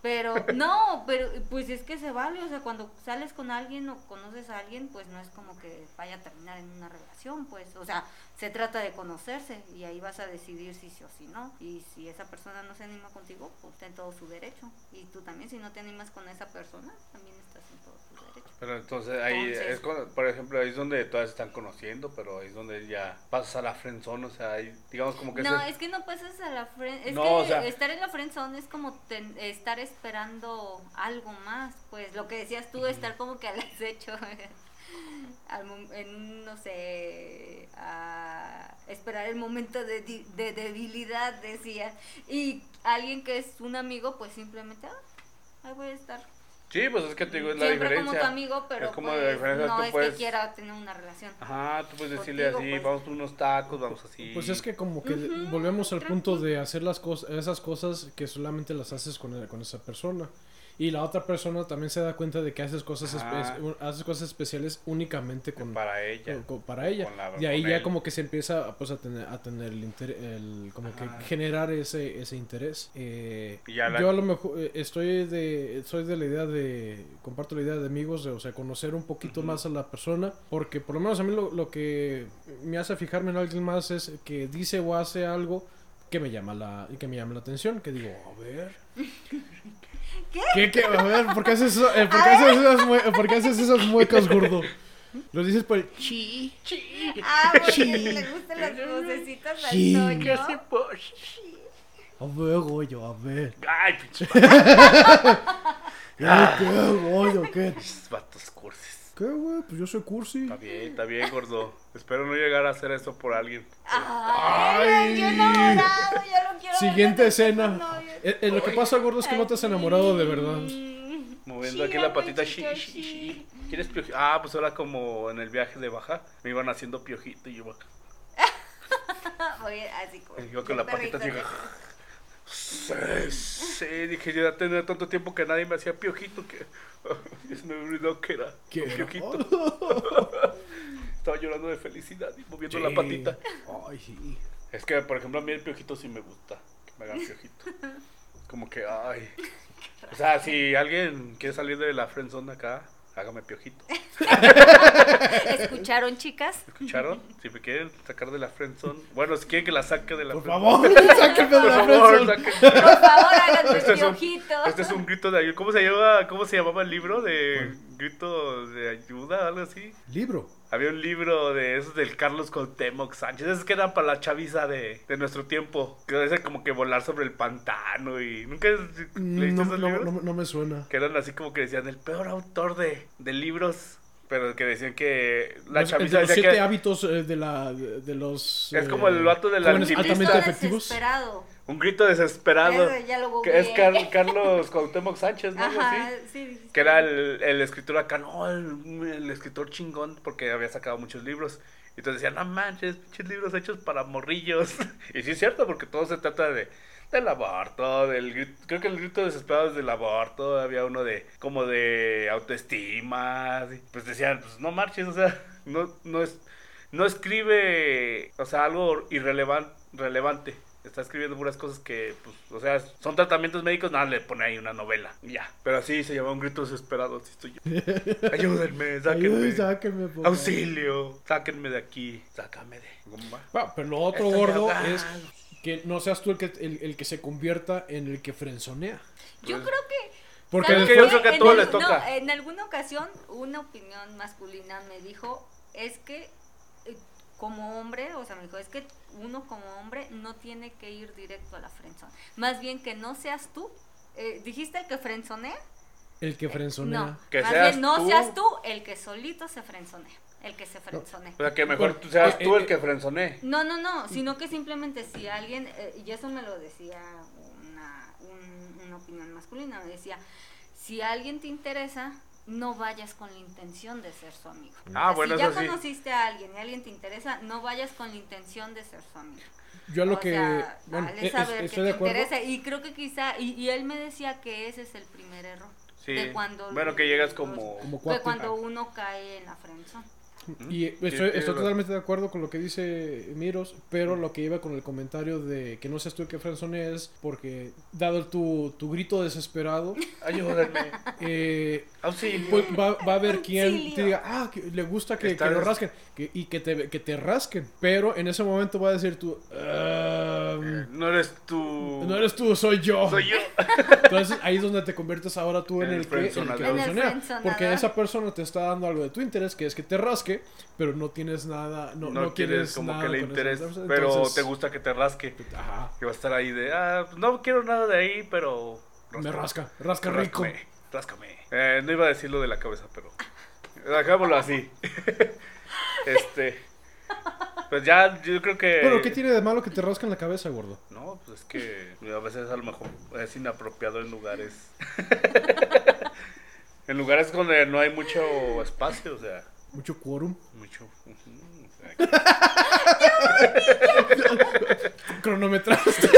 S2: Pero no, pero pues es que se vale, o sea, cuando sales con alguien o conoces a alguien, pues no es como que vaya a terminar en una relación, pues, o sea, se trata de conocerse y ahí vas a decidir si sí o si no. Y si esa persona no se anima contigo, pues está en todo su derecho. Y tú también, si no te animas con esa persona, también estás en todo tu derecho.
S1: Pero entonces ahí
S2: Entonces-
S1: es cuando- por ejemplo, ahí es donde todas están conociendo, pero ahí es donde ya pasas a la frenzón, o sea, ahí, digamos como que
S2: No,
S1: ese-
S2: es que no pasas a la friend, es
S1: No,
S2: que
S1: o sea-
S2: estar en la friendzone es como ten- estar esperando algo más, pues lo que decías tú, estar como que al acecho, al mom- en un, no sé, a esperar el momento de, di- de debilidad, decía, y alguien que es un amigo, pues simplemente, ah, ahí voy a estar.
S1: Sí, pues es que te digo, es la
S2: Siempre
S1: diferencia.
S2: como tu amigo, pero
S1: es como
S2: pues,
S1: la diferencia,
S2: no
S1: tú
S2: es
S1: puedes-
S2: que quiera tener una relación.
S1: Ajá, tú puedes decirle
S2: Contigo,
S1: así,
S2: pues.
S1: vamos por unos tacos, vamos así.
S3: Pues es que como que volvemos al punto de hacer las cosas, esas cosas que solamente las haces con, el- con esa persona. Y la otra persona también se da cuenta de que haces cosas, espe-
S1: Ajá.
S3: un- haces cosas especiales únicamente con,
S1: Para ella.
S3: con- con- para ella.
S1: Con la-
S3: y ahí
S1: con
S3: ya
S1: él.
S3: como que se empieza pues, a tener, a tener el, inter- el- como que generar ese, ese interés. Eh,
S1: Y ya la-
S3: Yo a lo mejor eh, estoy de, soy de la idea de, comparto la idea de amigos, de, o sea, conocer un poquito más a la persona, porque por lo menos a mí lo, lo que me hace fijarme en alguien más es que dice o hace algo que me llama la, que me llama la atención, que digo, a ver. ¿Qué? qué? A ver, ¿por qué haces, eso- eh, por qué haces esas, mue- por qué haces esas muecas, gordo? Lo dices por el chi.
S2: Ah, porque le gustan las lucecitas al
S3: Sí.
S2: Toño.
S3: A ver, Goyo, a ver.
S1: Ay, pinches
S3: Ay, ¿Qué, Goyo, qué?
S1: vatos cursis.
S3: ¿Qué, güey? Pues yo soy cursi.
S1: Está bien, está bien, gordo. Espero no llegar a hacer eso por alguien.
S2: Ay, yo enamorado, yo lo quiero.
S3: Siguiente
S2: ver con
S3: escena.
S2: sus novios.
S3: Eh, eh, lo que pasa, gordo, es que no te has enamorado de verdad.
S2: Mm.
S1: Moviendo
S2: Sí,
S1: aquí la
S2: amo el
S1: patita. shi,
S2: chico,
S1: shi,
S2: sí.
S1: shi. ¿Quieres piojito? Ah, pues ahora como en el viaje de baja, me iban haciendo piojito y yo,
S2: Oye, así como.
S1: Eh, yo con la
S2: de
S1: patita así.
S2: perrito.
S1: Sí, sí, dije, yo ya tenía tanto tiempo que nadie me hacía piojito que y se me olvidó que era
S3: ¿Qué
S1: un
S3: era? Oh.
S1: piojito. Estaba llorando de felicidad y moviendo la
S3: Sí.
S1: patita.
S3: Ay, sí.
S1: Es que, por ejemplo, a mí el piojito sí me gusta. Que me hagan piojito. Como que, ay. O sea, si alguien quiere salir de la friendzone acá, hágame piojito.
S2: ¿Escucharon, chicas?
S1: ¿Escucharon? Si me quieren sacar de la friendzone. Bueno, si quieren que la saque de la
S3: Por
S1: friendzone,
S3: favor, sáquenme de
S1: Por
S3: la
S1: favor,
S3: friendzone.
S1: sáquenme.
S2: Por favor,
S1: Este
S2: háganme este
S1: es un-
S2: piojito.
S1: Este es un grito de ayuda. ¿Cómo se llama, cómo se llamaba el libro de grito de ayuda algo así?
S3: Libro.
S1: Había un libro de esos del Carlos Contemoc Sánchez, esos que eran para la chaviza de, de nuestro tiempo, que era como que volar sobre el pantano y nunca leíste
S3: Mm, No,
S1: esos
S3: no-
S1: libros?
S3: no- no me suena.
S1: que eran así como que decían el peor autor de, de libros, pero que decían que la
S3: Los- el de
S1: chaviza
S3: los
S1: decía
S3: siete
S1: que
S3: hábitos eh, de, la, de, de los.
S1: Es
S3: eh,
S1: como el vato del
S3: jóvenes
S1: alquimista.
S3: altamente
S1: Esto
S3: efectivos.
S2: Desesperado.
S1: un grito desesperado,
S2: Eso ya lo
S1: que es
S2: googleé.
S1: Car- Carlos Contemoc Sánchez, ¿no? Algo
S2: Ajá,
S1: así.
S2: sí. dijiste.
S1: Que era el, el escritor acá, no, el, el escritor chingón, porque había sacado muchos libros. Y entonces decían, no manches, pinches libros hechos para morrillos. y sí es cierto, porque todo se trata de del aborto, del gri- creo que el grito desesperado es del aborto, había uno de como de autoestima, así. pues decían, pues no marches, o sea, no, no es no escribe, o sea, algo irrelevante, relevante. está escribiendo puras cosas que, pues, o sea, son tratamientos médicos, nada, le pone ahí una novela. y Ya. Pero así se llama un grito desesperado. Así estoy yo. Ayúdenme, sáquenme. Ah,
S3: Ayúdenme, sáquenme, por favor.
S1: Auxilio, sáquenme de aquí, sácame de. ¿Cómo va?
S3: Va, pero lo otro
S1: Estoy
S3: gordo
S1: ahogado.
S3: es que no seas tú el que, el, el que se convierta en el que frenzonea.
S1: pues,
S2: Yo creo que.
S3: Porque
S2: ¿sabes
S1: Es que yo
S2: qué?
S1: creo que a
S2: En
S1: todos
S2: algún-
S1: les toca.
S2: no, en alguna ocasión, una opinión masculina me dijo: es que eh, como hombre, o sea, me dijo, es que uno como hombre no tiene que ir directo a la frenzón. Más bien que no seas tú. Eh, ¿Dijiste el que frenzonea?
S3: El que frenzonea.
S2: No.
S1: Que
S2: Más
S1: seas
S2: bien no
S1: tú.
S2: seas tú el que solito se frenzonea. El que se frenzonea.
S1: O sea, que mejor
S3: Bueno,
S1: tú seas
S3: eh,
S1: tú
S3: eh,
S1: el que frenzone.
S2: No, no, no, sino que simplemente si alguien, eh, y eso me lo decía una, un- una opinión masculina, me decía, si alguien te interesa, no vayas con la intención de ser su amigo.
S1: Ah,
S2: O sea,
S1: bueno,
S2: si ya
S1: eso sí.
S2: conociste a alguien y alguien te interesa, no vayas con la intención de ser su amigo.
S3: Yo a lo
S2: o
S3: que.
S2: sea,
S3: bueno,
S2: dale
S3: eh,
S2: saber
S3: es-
S2: que te
S3: estoy de acuerdo.
S2: interesa. Y creo que quizá, y, y él me decía que ese es el primer error.
S1: Sí.
S2: de cuando
S1: bueno, que llegas como.
S3: Como
S2: de
S3: cuate.
S2: cuando uno cae en la frenzón.
S3: Y eh,
S1: Sí,
S3: estoy,
S1: tienes
S3: estoy
S1: razón.
S3: totalmente de acuerdo con lo que dice Miros, pero lo que iba con el comentario de que no seas tú el que frenzonea es porque, dado tu, tu grito desesperado,
S1: Ayúdenme.
S3: eh,
S1: Auxilio.
S3: pues va, va a haber quien
S2: Auxilio.
S3: te diga, ah, que le gusta que,
S1: Está
S3: que lo
S1: des-
S3: rasquen que- y que te, que te rasquen. Pero en ese momento va a decir tú, "Um,
S1: no eres tú.
S3: no eres tú, soy yo.
S1: Eh, Soy yo.
S3: Entonces ahí es donde te conviertes ahora tú en
S1: En
S3: el,
S1: el
S3: que, en el que
S1: frenzonador.
S2: En el
S3: frenzonea,
S2: frenzonador.
S3: Porque esa persona te está dando algo de tu interés, que es que te rasque, pero no tienes nada. No,
S1: No,
S3: no
S1: quieres
S3: quieres
S1: como
S3: nada
S1: que le
S3: con esa
S1: interese,
S3: persona,
S1: pero
S3: entonces-
S1: te gusta que te rasque.
S3: Ajá.
S1: Que va a estar ahí de, ah, pues, no quiero nada de ahí, pero.
S3: Me rasca, rasca rico.
S1: Ráscame, ráscame. Eh, no iba a decirlo de la cabeza, pero. Hagámoslo así. este. Pues ya, yo creo que.
S3: Bueno, ¿qué tiene de malo que te rascan la cabeza, gordo?
S1: No, pues es que a veces a lo mejor es inapropiado en lugares. en lugares donde no hay mucho espacio, o sea,
S3: Mucho quórum.
S1: mucho. ujú, o sea,
S3: Cronometraste.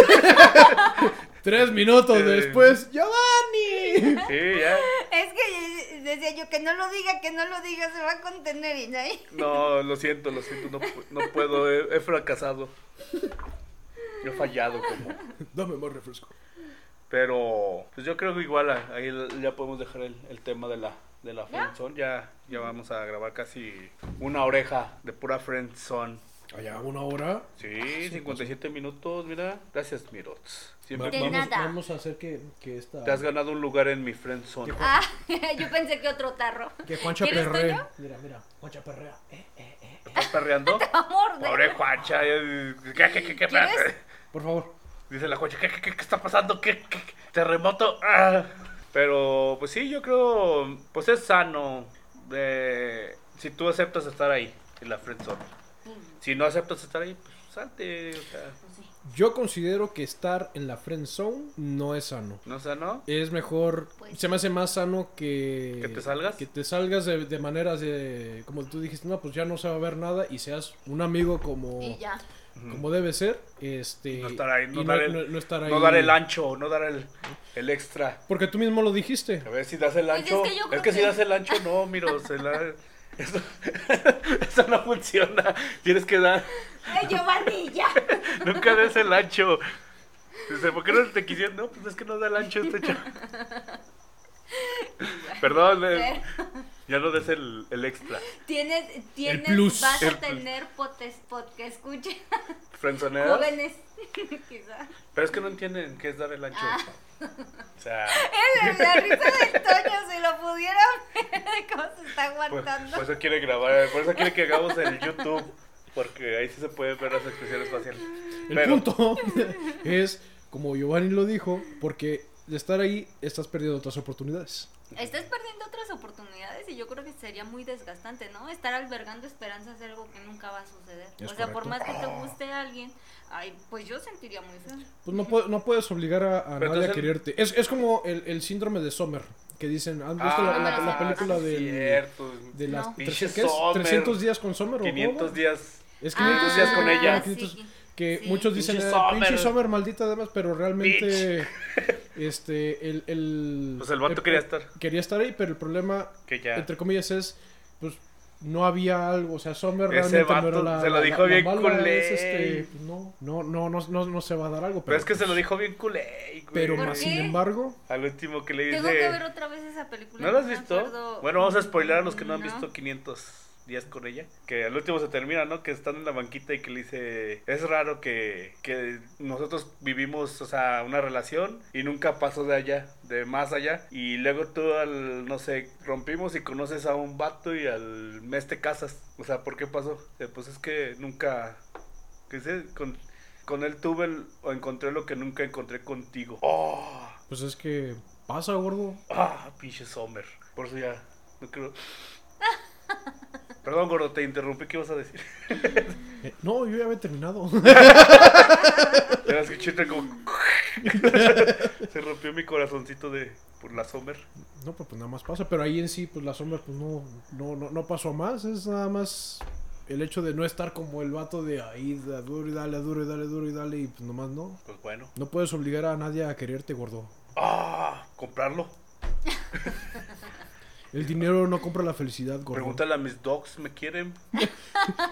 S3: Tres minutos
S1: Eh.
S3: después. ¡Giovanni!
S1: sí, ya.
S2: Es que eh, decía yo que no lo diga, que no lo diga, se va a contener y ahí.
S1: No, lo siento, lo siento, no, pu- no puedo, he, he fracasado. He fallado como.
S3: Dame más refresco.
S1: Pero, pues yo creo que igual a- ahí l- ya podemos dejar el, el tema de la, de la friendzone. Ya, ya vamos a grabar casi una oreja de pura friendzone.
S3: Allá una hora.
S1: Sí, 57 minutos, mira. Gracias, Mirots. Siempre
S3: Va-
S2: De
S1: me-
S2: nada.
S3: vamos a hacer que, que esta.
S1: te has ganado un lugar en mi friend zone.
S2: Ah, yo pensé que otro tarro.
S3: Que Juancha
S2: ¿Quieres tuyo?
S3: perrea. Mira, mira, Juancha perrea. Eh, eh, eh.
S1: ¿Estás perreando?
S2: Amor, de-
S1: Pobre Juancha. eh, ¿Qué, qué, qué, qué,
S2: ¿Quieres?
S1: espérate.
S3: Por favor.
S1: Dice la Juancha, ¿qué, qué, qué, qué está pasando? ¿Qué, qué, qué? terremoto? Ah. Pero, pues sí, yo creo, pues es sano de, si tú aceptas estar ahí, en la friend zone. Si no aceptas estar ahí, pues salte. O sea,
S3: Yo considero que estar en la friend zone no es sano.
S1: no sé, ¿no?
S3: Es mejor,
S2: Pues-
S3: se me hace más sano que...
S1: ¿Que te salgas?
S3: Que te salgas de, de maneras de... Como tú dijiste, no, pues ya no se va a ver nada y seas un amigo como...
S2: Y ya.
S3: Como debe ser. Este,
S1: No estar ahí,
S3: y
S1: no, dar, el,
S3: no- no estar
S1: no
S3: ahí.
S1: dar el ancho, no dar el, el extra.
S3: Porque tú mismo lo dijiste.
S1: A ver si das el
S2: Pues es
S1: ancho.
S2: que yo
S1: es que,
S2: creo
S1: si
S2: que-
S1: das el ancho, no, miro, se la- Eso, eso no funciona. Tienes que dar.
S2: ¡Eh, Giovanni, ya!
S1: Nunca des el ancho. Dice, ¿por qué no te quisieron? No, pues es que no da el ancho este chavo. Perdón, eh, ya no des el, el extra.
S2: Tienes, tienes,
S3: plus.
S2: vas
S1: El
S2: a
S1: plus. ¿Eh?
S2: tener potes, pod que escuchen
S1: Frenzoneadas.
S2: jóvenes, quizá.
S1: Pero es que no entienden qué es dar el ancho.
S2: Ah.
S1: O sea,
S2: El- La risa del Toño, si lo pudieran ver, cómo se está
S1: por,
S2: aguantando.
S1: por eso quiere grabar, por eso quiere que hagamos el YouTube. Porque ahí sí se pueden ver las expresiones faciales.
S3: El
S1: Pero-
S3: punto es, como Giovanni lo dijo, porque de estar ahí estás perdiendo otras oportunidades.
S2: Estás perdiendo otras oportunidades y yo creo que sería muy desgastante, ¿no? Estar albergando esperanzas de algo que nunca va a suceder. o
S3: Es
S2: sea, por
S3: correcto.
S2: más que te guste a alguien, ay, pues yo sentiría muy feo.
S3: Pues no, puede- no puedes obligar a, a nadie
S1: entonces
S3: a
S1: el-
S3: quererte. Es, es como el, el síndrome de Sommer, que dicen, ¿han visto la, la- la
S2: Ah, sí,
S3: película
S1: Ah, sí,
S3: del-
S1: cierto.
S3: de las
S2: No.
S3: tres-
S1: Pinche
S3: ¿qué es?
S1: Sommer.
S3: 300 días con Sommer o
S1: 500
S3: cómo?
S1: días.
S3: Es
S2: Ah,
S3: 500
S1: días con ella.
S3: Ah, 500,
S2: sí.
S3: que
S2: Sí.
S3: muchos dicen,
S1: Pinche
S3: "Ah,
S1: Sommer".
S3: pinche Sommer, maldita además, pero realmente este el, el
S1: Pues el vato quería estar.
S3: Quería estar ahí, pero el problema
S1: Que ya.
S3: entre comillas es pues no había algo, o sea, Summer
S1: Ese
S3: realmente no era
S1: vato
S3: la.
S1: se lo
S3: la-
S1: dijo
S3: la
S1: bien
S3: mala es,
S1: culé.
S3: este, pues, no, no, no, no, no, no se va a dar algo.
S1: Pero es que se lo
S3: pues,
S1: dijo bien culé, güey.
S3: Pero
S2: ¿Por
S3: más
S2: qué?
S3: sin embargo,
S1: Al último que le dice.
S2: Tengo que ver otra vez esa película.
S1: ¿No la has
S2: me
S1: visto?
S2: acuerdo.
S1: Bueno, vamos a spoiler a los que no han visto 500 días con ella. Que al último se termina, ¿no? Que están en la banquita y que le dice, es raro que, que nosotros vivimos, o sea, una relación y nunca pasó de allá, de más allá. Y luego tú, al, no sé, rompimos y conoces a un vato y al mes te casas. O sea, ¿por qué pasó? Eh, Pues es que nunca, qué sé, con, con él tuve el- o encontré lo que nunca encontré contigo. ¡Oh!
S3: pues es que pasa, gordo.
S1: Ah, pinche Sommer. Por eso ya no creo. Perdón, gordo, te interrumpí. ¿Qué ibas a decir?
S3: Eh, no, yo ya había terminado.
S1: Ya la escuché fue como. Se rompió mi corazoncito de por la Sommer.
S3: No, pero pues nada más pasa. Pero ahí en sí, pues la sombra, pues no, no, no, no pasó a más. Es nada más el hecho de no estar como el vato de ahí, da duro y dale, duro y dale, duro y dale, y pues nomás no.
S1: Pues bueno.
S3: No puedes obligar a nadie a quererte, gordo.
S1: Ah, comprarlo.
S3: El dinero no compra la felicidad, gordo.
S1: Pregúntale a mis dogs, ¿me quieren?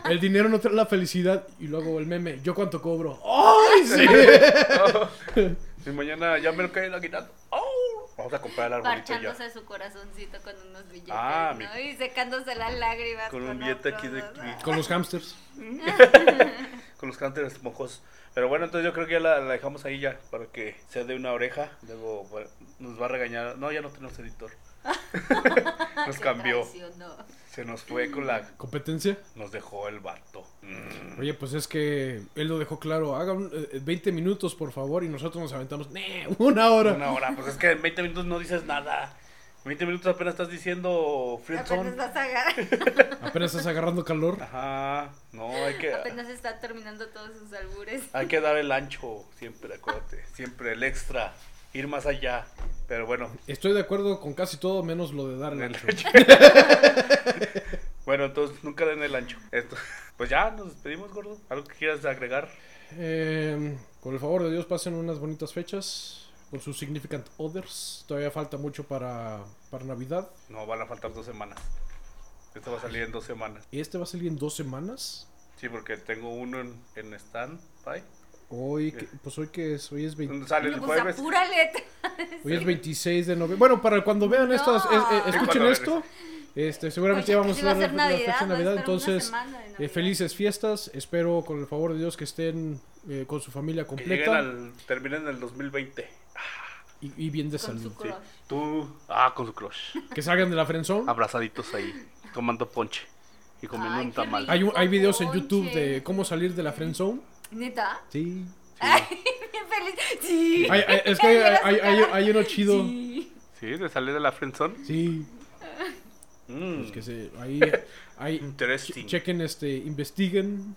S3: El dinero no trae la felicidad. Y luego el meme, ¿yo cuánto cobro? ¡Ay, sí!
S1: Si mañana ya me lo cae el aguinaldo. ¡Oh! Vamos a comprar el arbolito ya.
S2: Parchándose su corazoncito con unos billetes,
S1: Ah,
S2: ¿no?
S1: mi-
S2: Y secándose las lágrimas.
S1: Con un billete
S2: otros,
S1: aquí de
S2: ¿no? Ah,
S1: aquí.
S3: Con los hamsters.
S1: Con los cánteres mojos. Pero bueno, entonces yo creo que ya la, la dejamos ahí ya. Para que sea de una oreja. Luego bueno, nos va a regañar. No, ya no tenemos editor. nos
S2: Qué
S1: cambió.
S2: traicionó.
S1: Se nos fue con la.
S3: Competencia.
S1: Nos dejó el vato. Mm.
S3: Oye, pues es que él lo dejó claro. Hagan eh, 20 minutos, por favor. Y nosotros nos aventamos "Nee, una hora.
S1: Una hora. Pues es que en 20 minutos no dices nada. En 20 minutos apenas estás diciendo.
S2: Apenas
S1: Friendzone.
S2: vas a agarrar.
S3: Apenas estás agarrando calor.
S1: Ajá. No, hay que.
S2: Apenas está terminando todos sus albures.
S1: Hay que dar el ancho. Siempre, acuérdate. Siempre el extra. Ir más allá. Pero bueno.
S3: Estoy de acuerdo con casi todo, menos lo de darle el ancho.
S1: Bueno, entonces nunca den el ancho. Esto- Pues ya, nos despedimos, gordo. ¿Algo que quieras agregar?
S3: Eh, con el favor de Dios, pasen unas bonitas fechas. Con sus significant others. Todavía falta mucho para, para Navidad.
S1: No, van a faltar dos semanas. Esto va a salir en dos semanas.
S3: Este va a salir en dos semanas.
S1: Sí, porque tengo uno en, en stand-by.
S3: Hoy, que- pues hoy que es, hoy es 20
S1: Sale el
S2: Pues
S1: jueves.
S2: apúrale.
S3: Hoy es 26 de noviembre. Bueno, para cuando vean estas,
S2: No.
S3: es- eh, escuchen
S1: Cuando
S3: esto. Este, seguramente
S2: Oye,
S3: ya vamos
S2: sí
S3: a
S2: va a
S3: dar la,
S2: ser
S3: la
S2: Navidad,
S3: fecha
S2: va a
S3: de Navidad.
S2: estar una
S3: Entonces,
S2: semana de
S3: eh,
S2: Navidad.
S3: felices fiestas. Espero con el favor de Dios que estén eh, con su familia
S1: Que lleguen
S3: completa
S1: al. Terminen en el 2020.
S3: y, y bien de
S2: Con
S3: salud.
S2: su crush.
S1: Tú. Ah, con su crush.
S3: Que salgan de la frenzón.
S1: Abrazaditos ahí. Tomando ponche. Y comiendo
S2: Ay,
S1: un
S2: qué
S1: tamal.
S2: rico.
S3: Hay, un- hay videos en
S2: Ponche.
S3: YouTube de cómo salir de la friendzone.
S2: ¿Neta?
S3: Sí.
S2: Bien feliz. Sí.
S3: Hay- hay- es que hay,
S2: Mira su
S3: hay- hay-
S2: cara.
S3: hay uno chido. Sí.
S2: Sí.
S1: Sí, de salir de la friendzone. Mm,
S3: Es Pues que se- ahí, ahí
S1: Interesting.
S3: chequen, este, investiguen.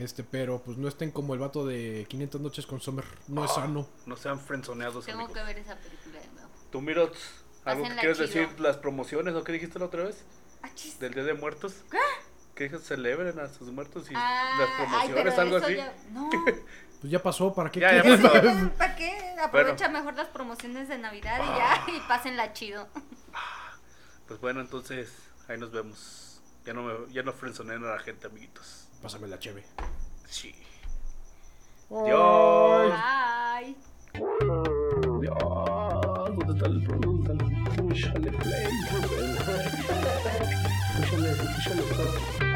S3: Este, pero pues no estén como el vato de 500 noches con Summer. No es
S1: Ah.
S3: sano.
S1: No sean friendzoneados,
S2: Tengo
S1: amigos.
S2: que ver esa película de nuevo.
S1: Tú, Mirots, ¿algo que
S2: Pásenla
S1: quieres
S2: chido.
S1: decir? ¿Las promociones o qué dijiste la otra vez?
S2: Ah, chis.
S1: ¿Del Día de Muertos? ¿Qué? Que ellos celebren a sus muertos y
S2: Ah,
S1: las
S2: ay,
S1: promociones,
S2: pero
S1: algo
S2: eso
S1: así.
S2: ya- No.
S3: Pues ya pasó, ¿para qué
S1: Ya, ya
S3: quieres?
S1: pasó.
S2: ¿Para qué? Aprovecha mejor las promociones de Navidad y
S1: Ah.
S2: ya, y pásenla chido.
S1: Pues bueno, entonces, ahí nos vemos. Ya no, me, ya no frenzoneen a la gente, amiguitos.
S3: Pásame la cheve.
S1: Sí.
S2: Oh.
S1: Dios.
S2: Bye.
S9: Puxa, play. Puxa, play.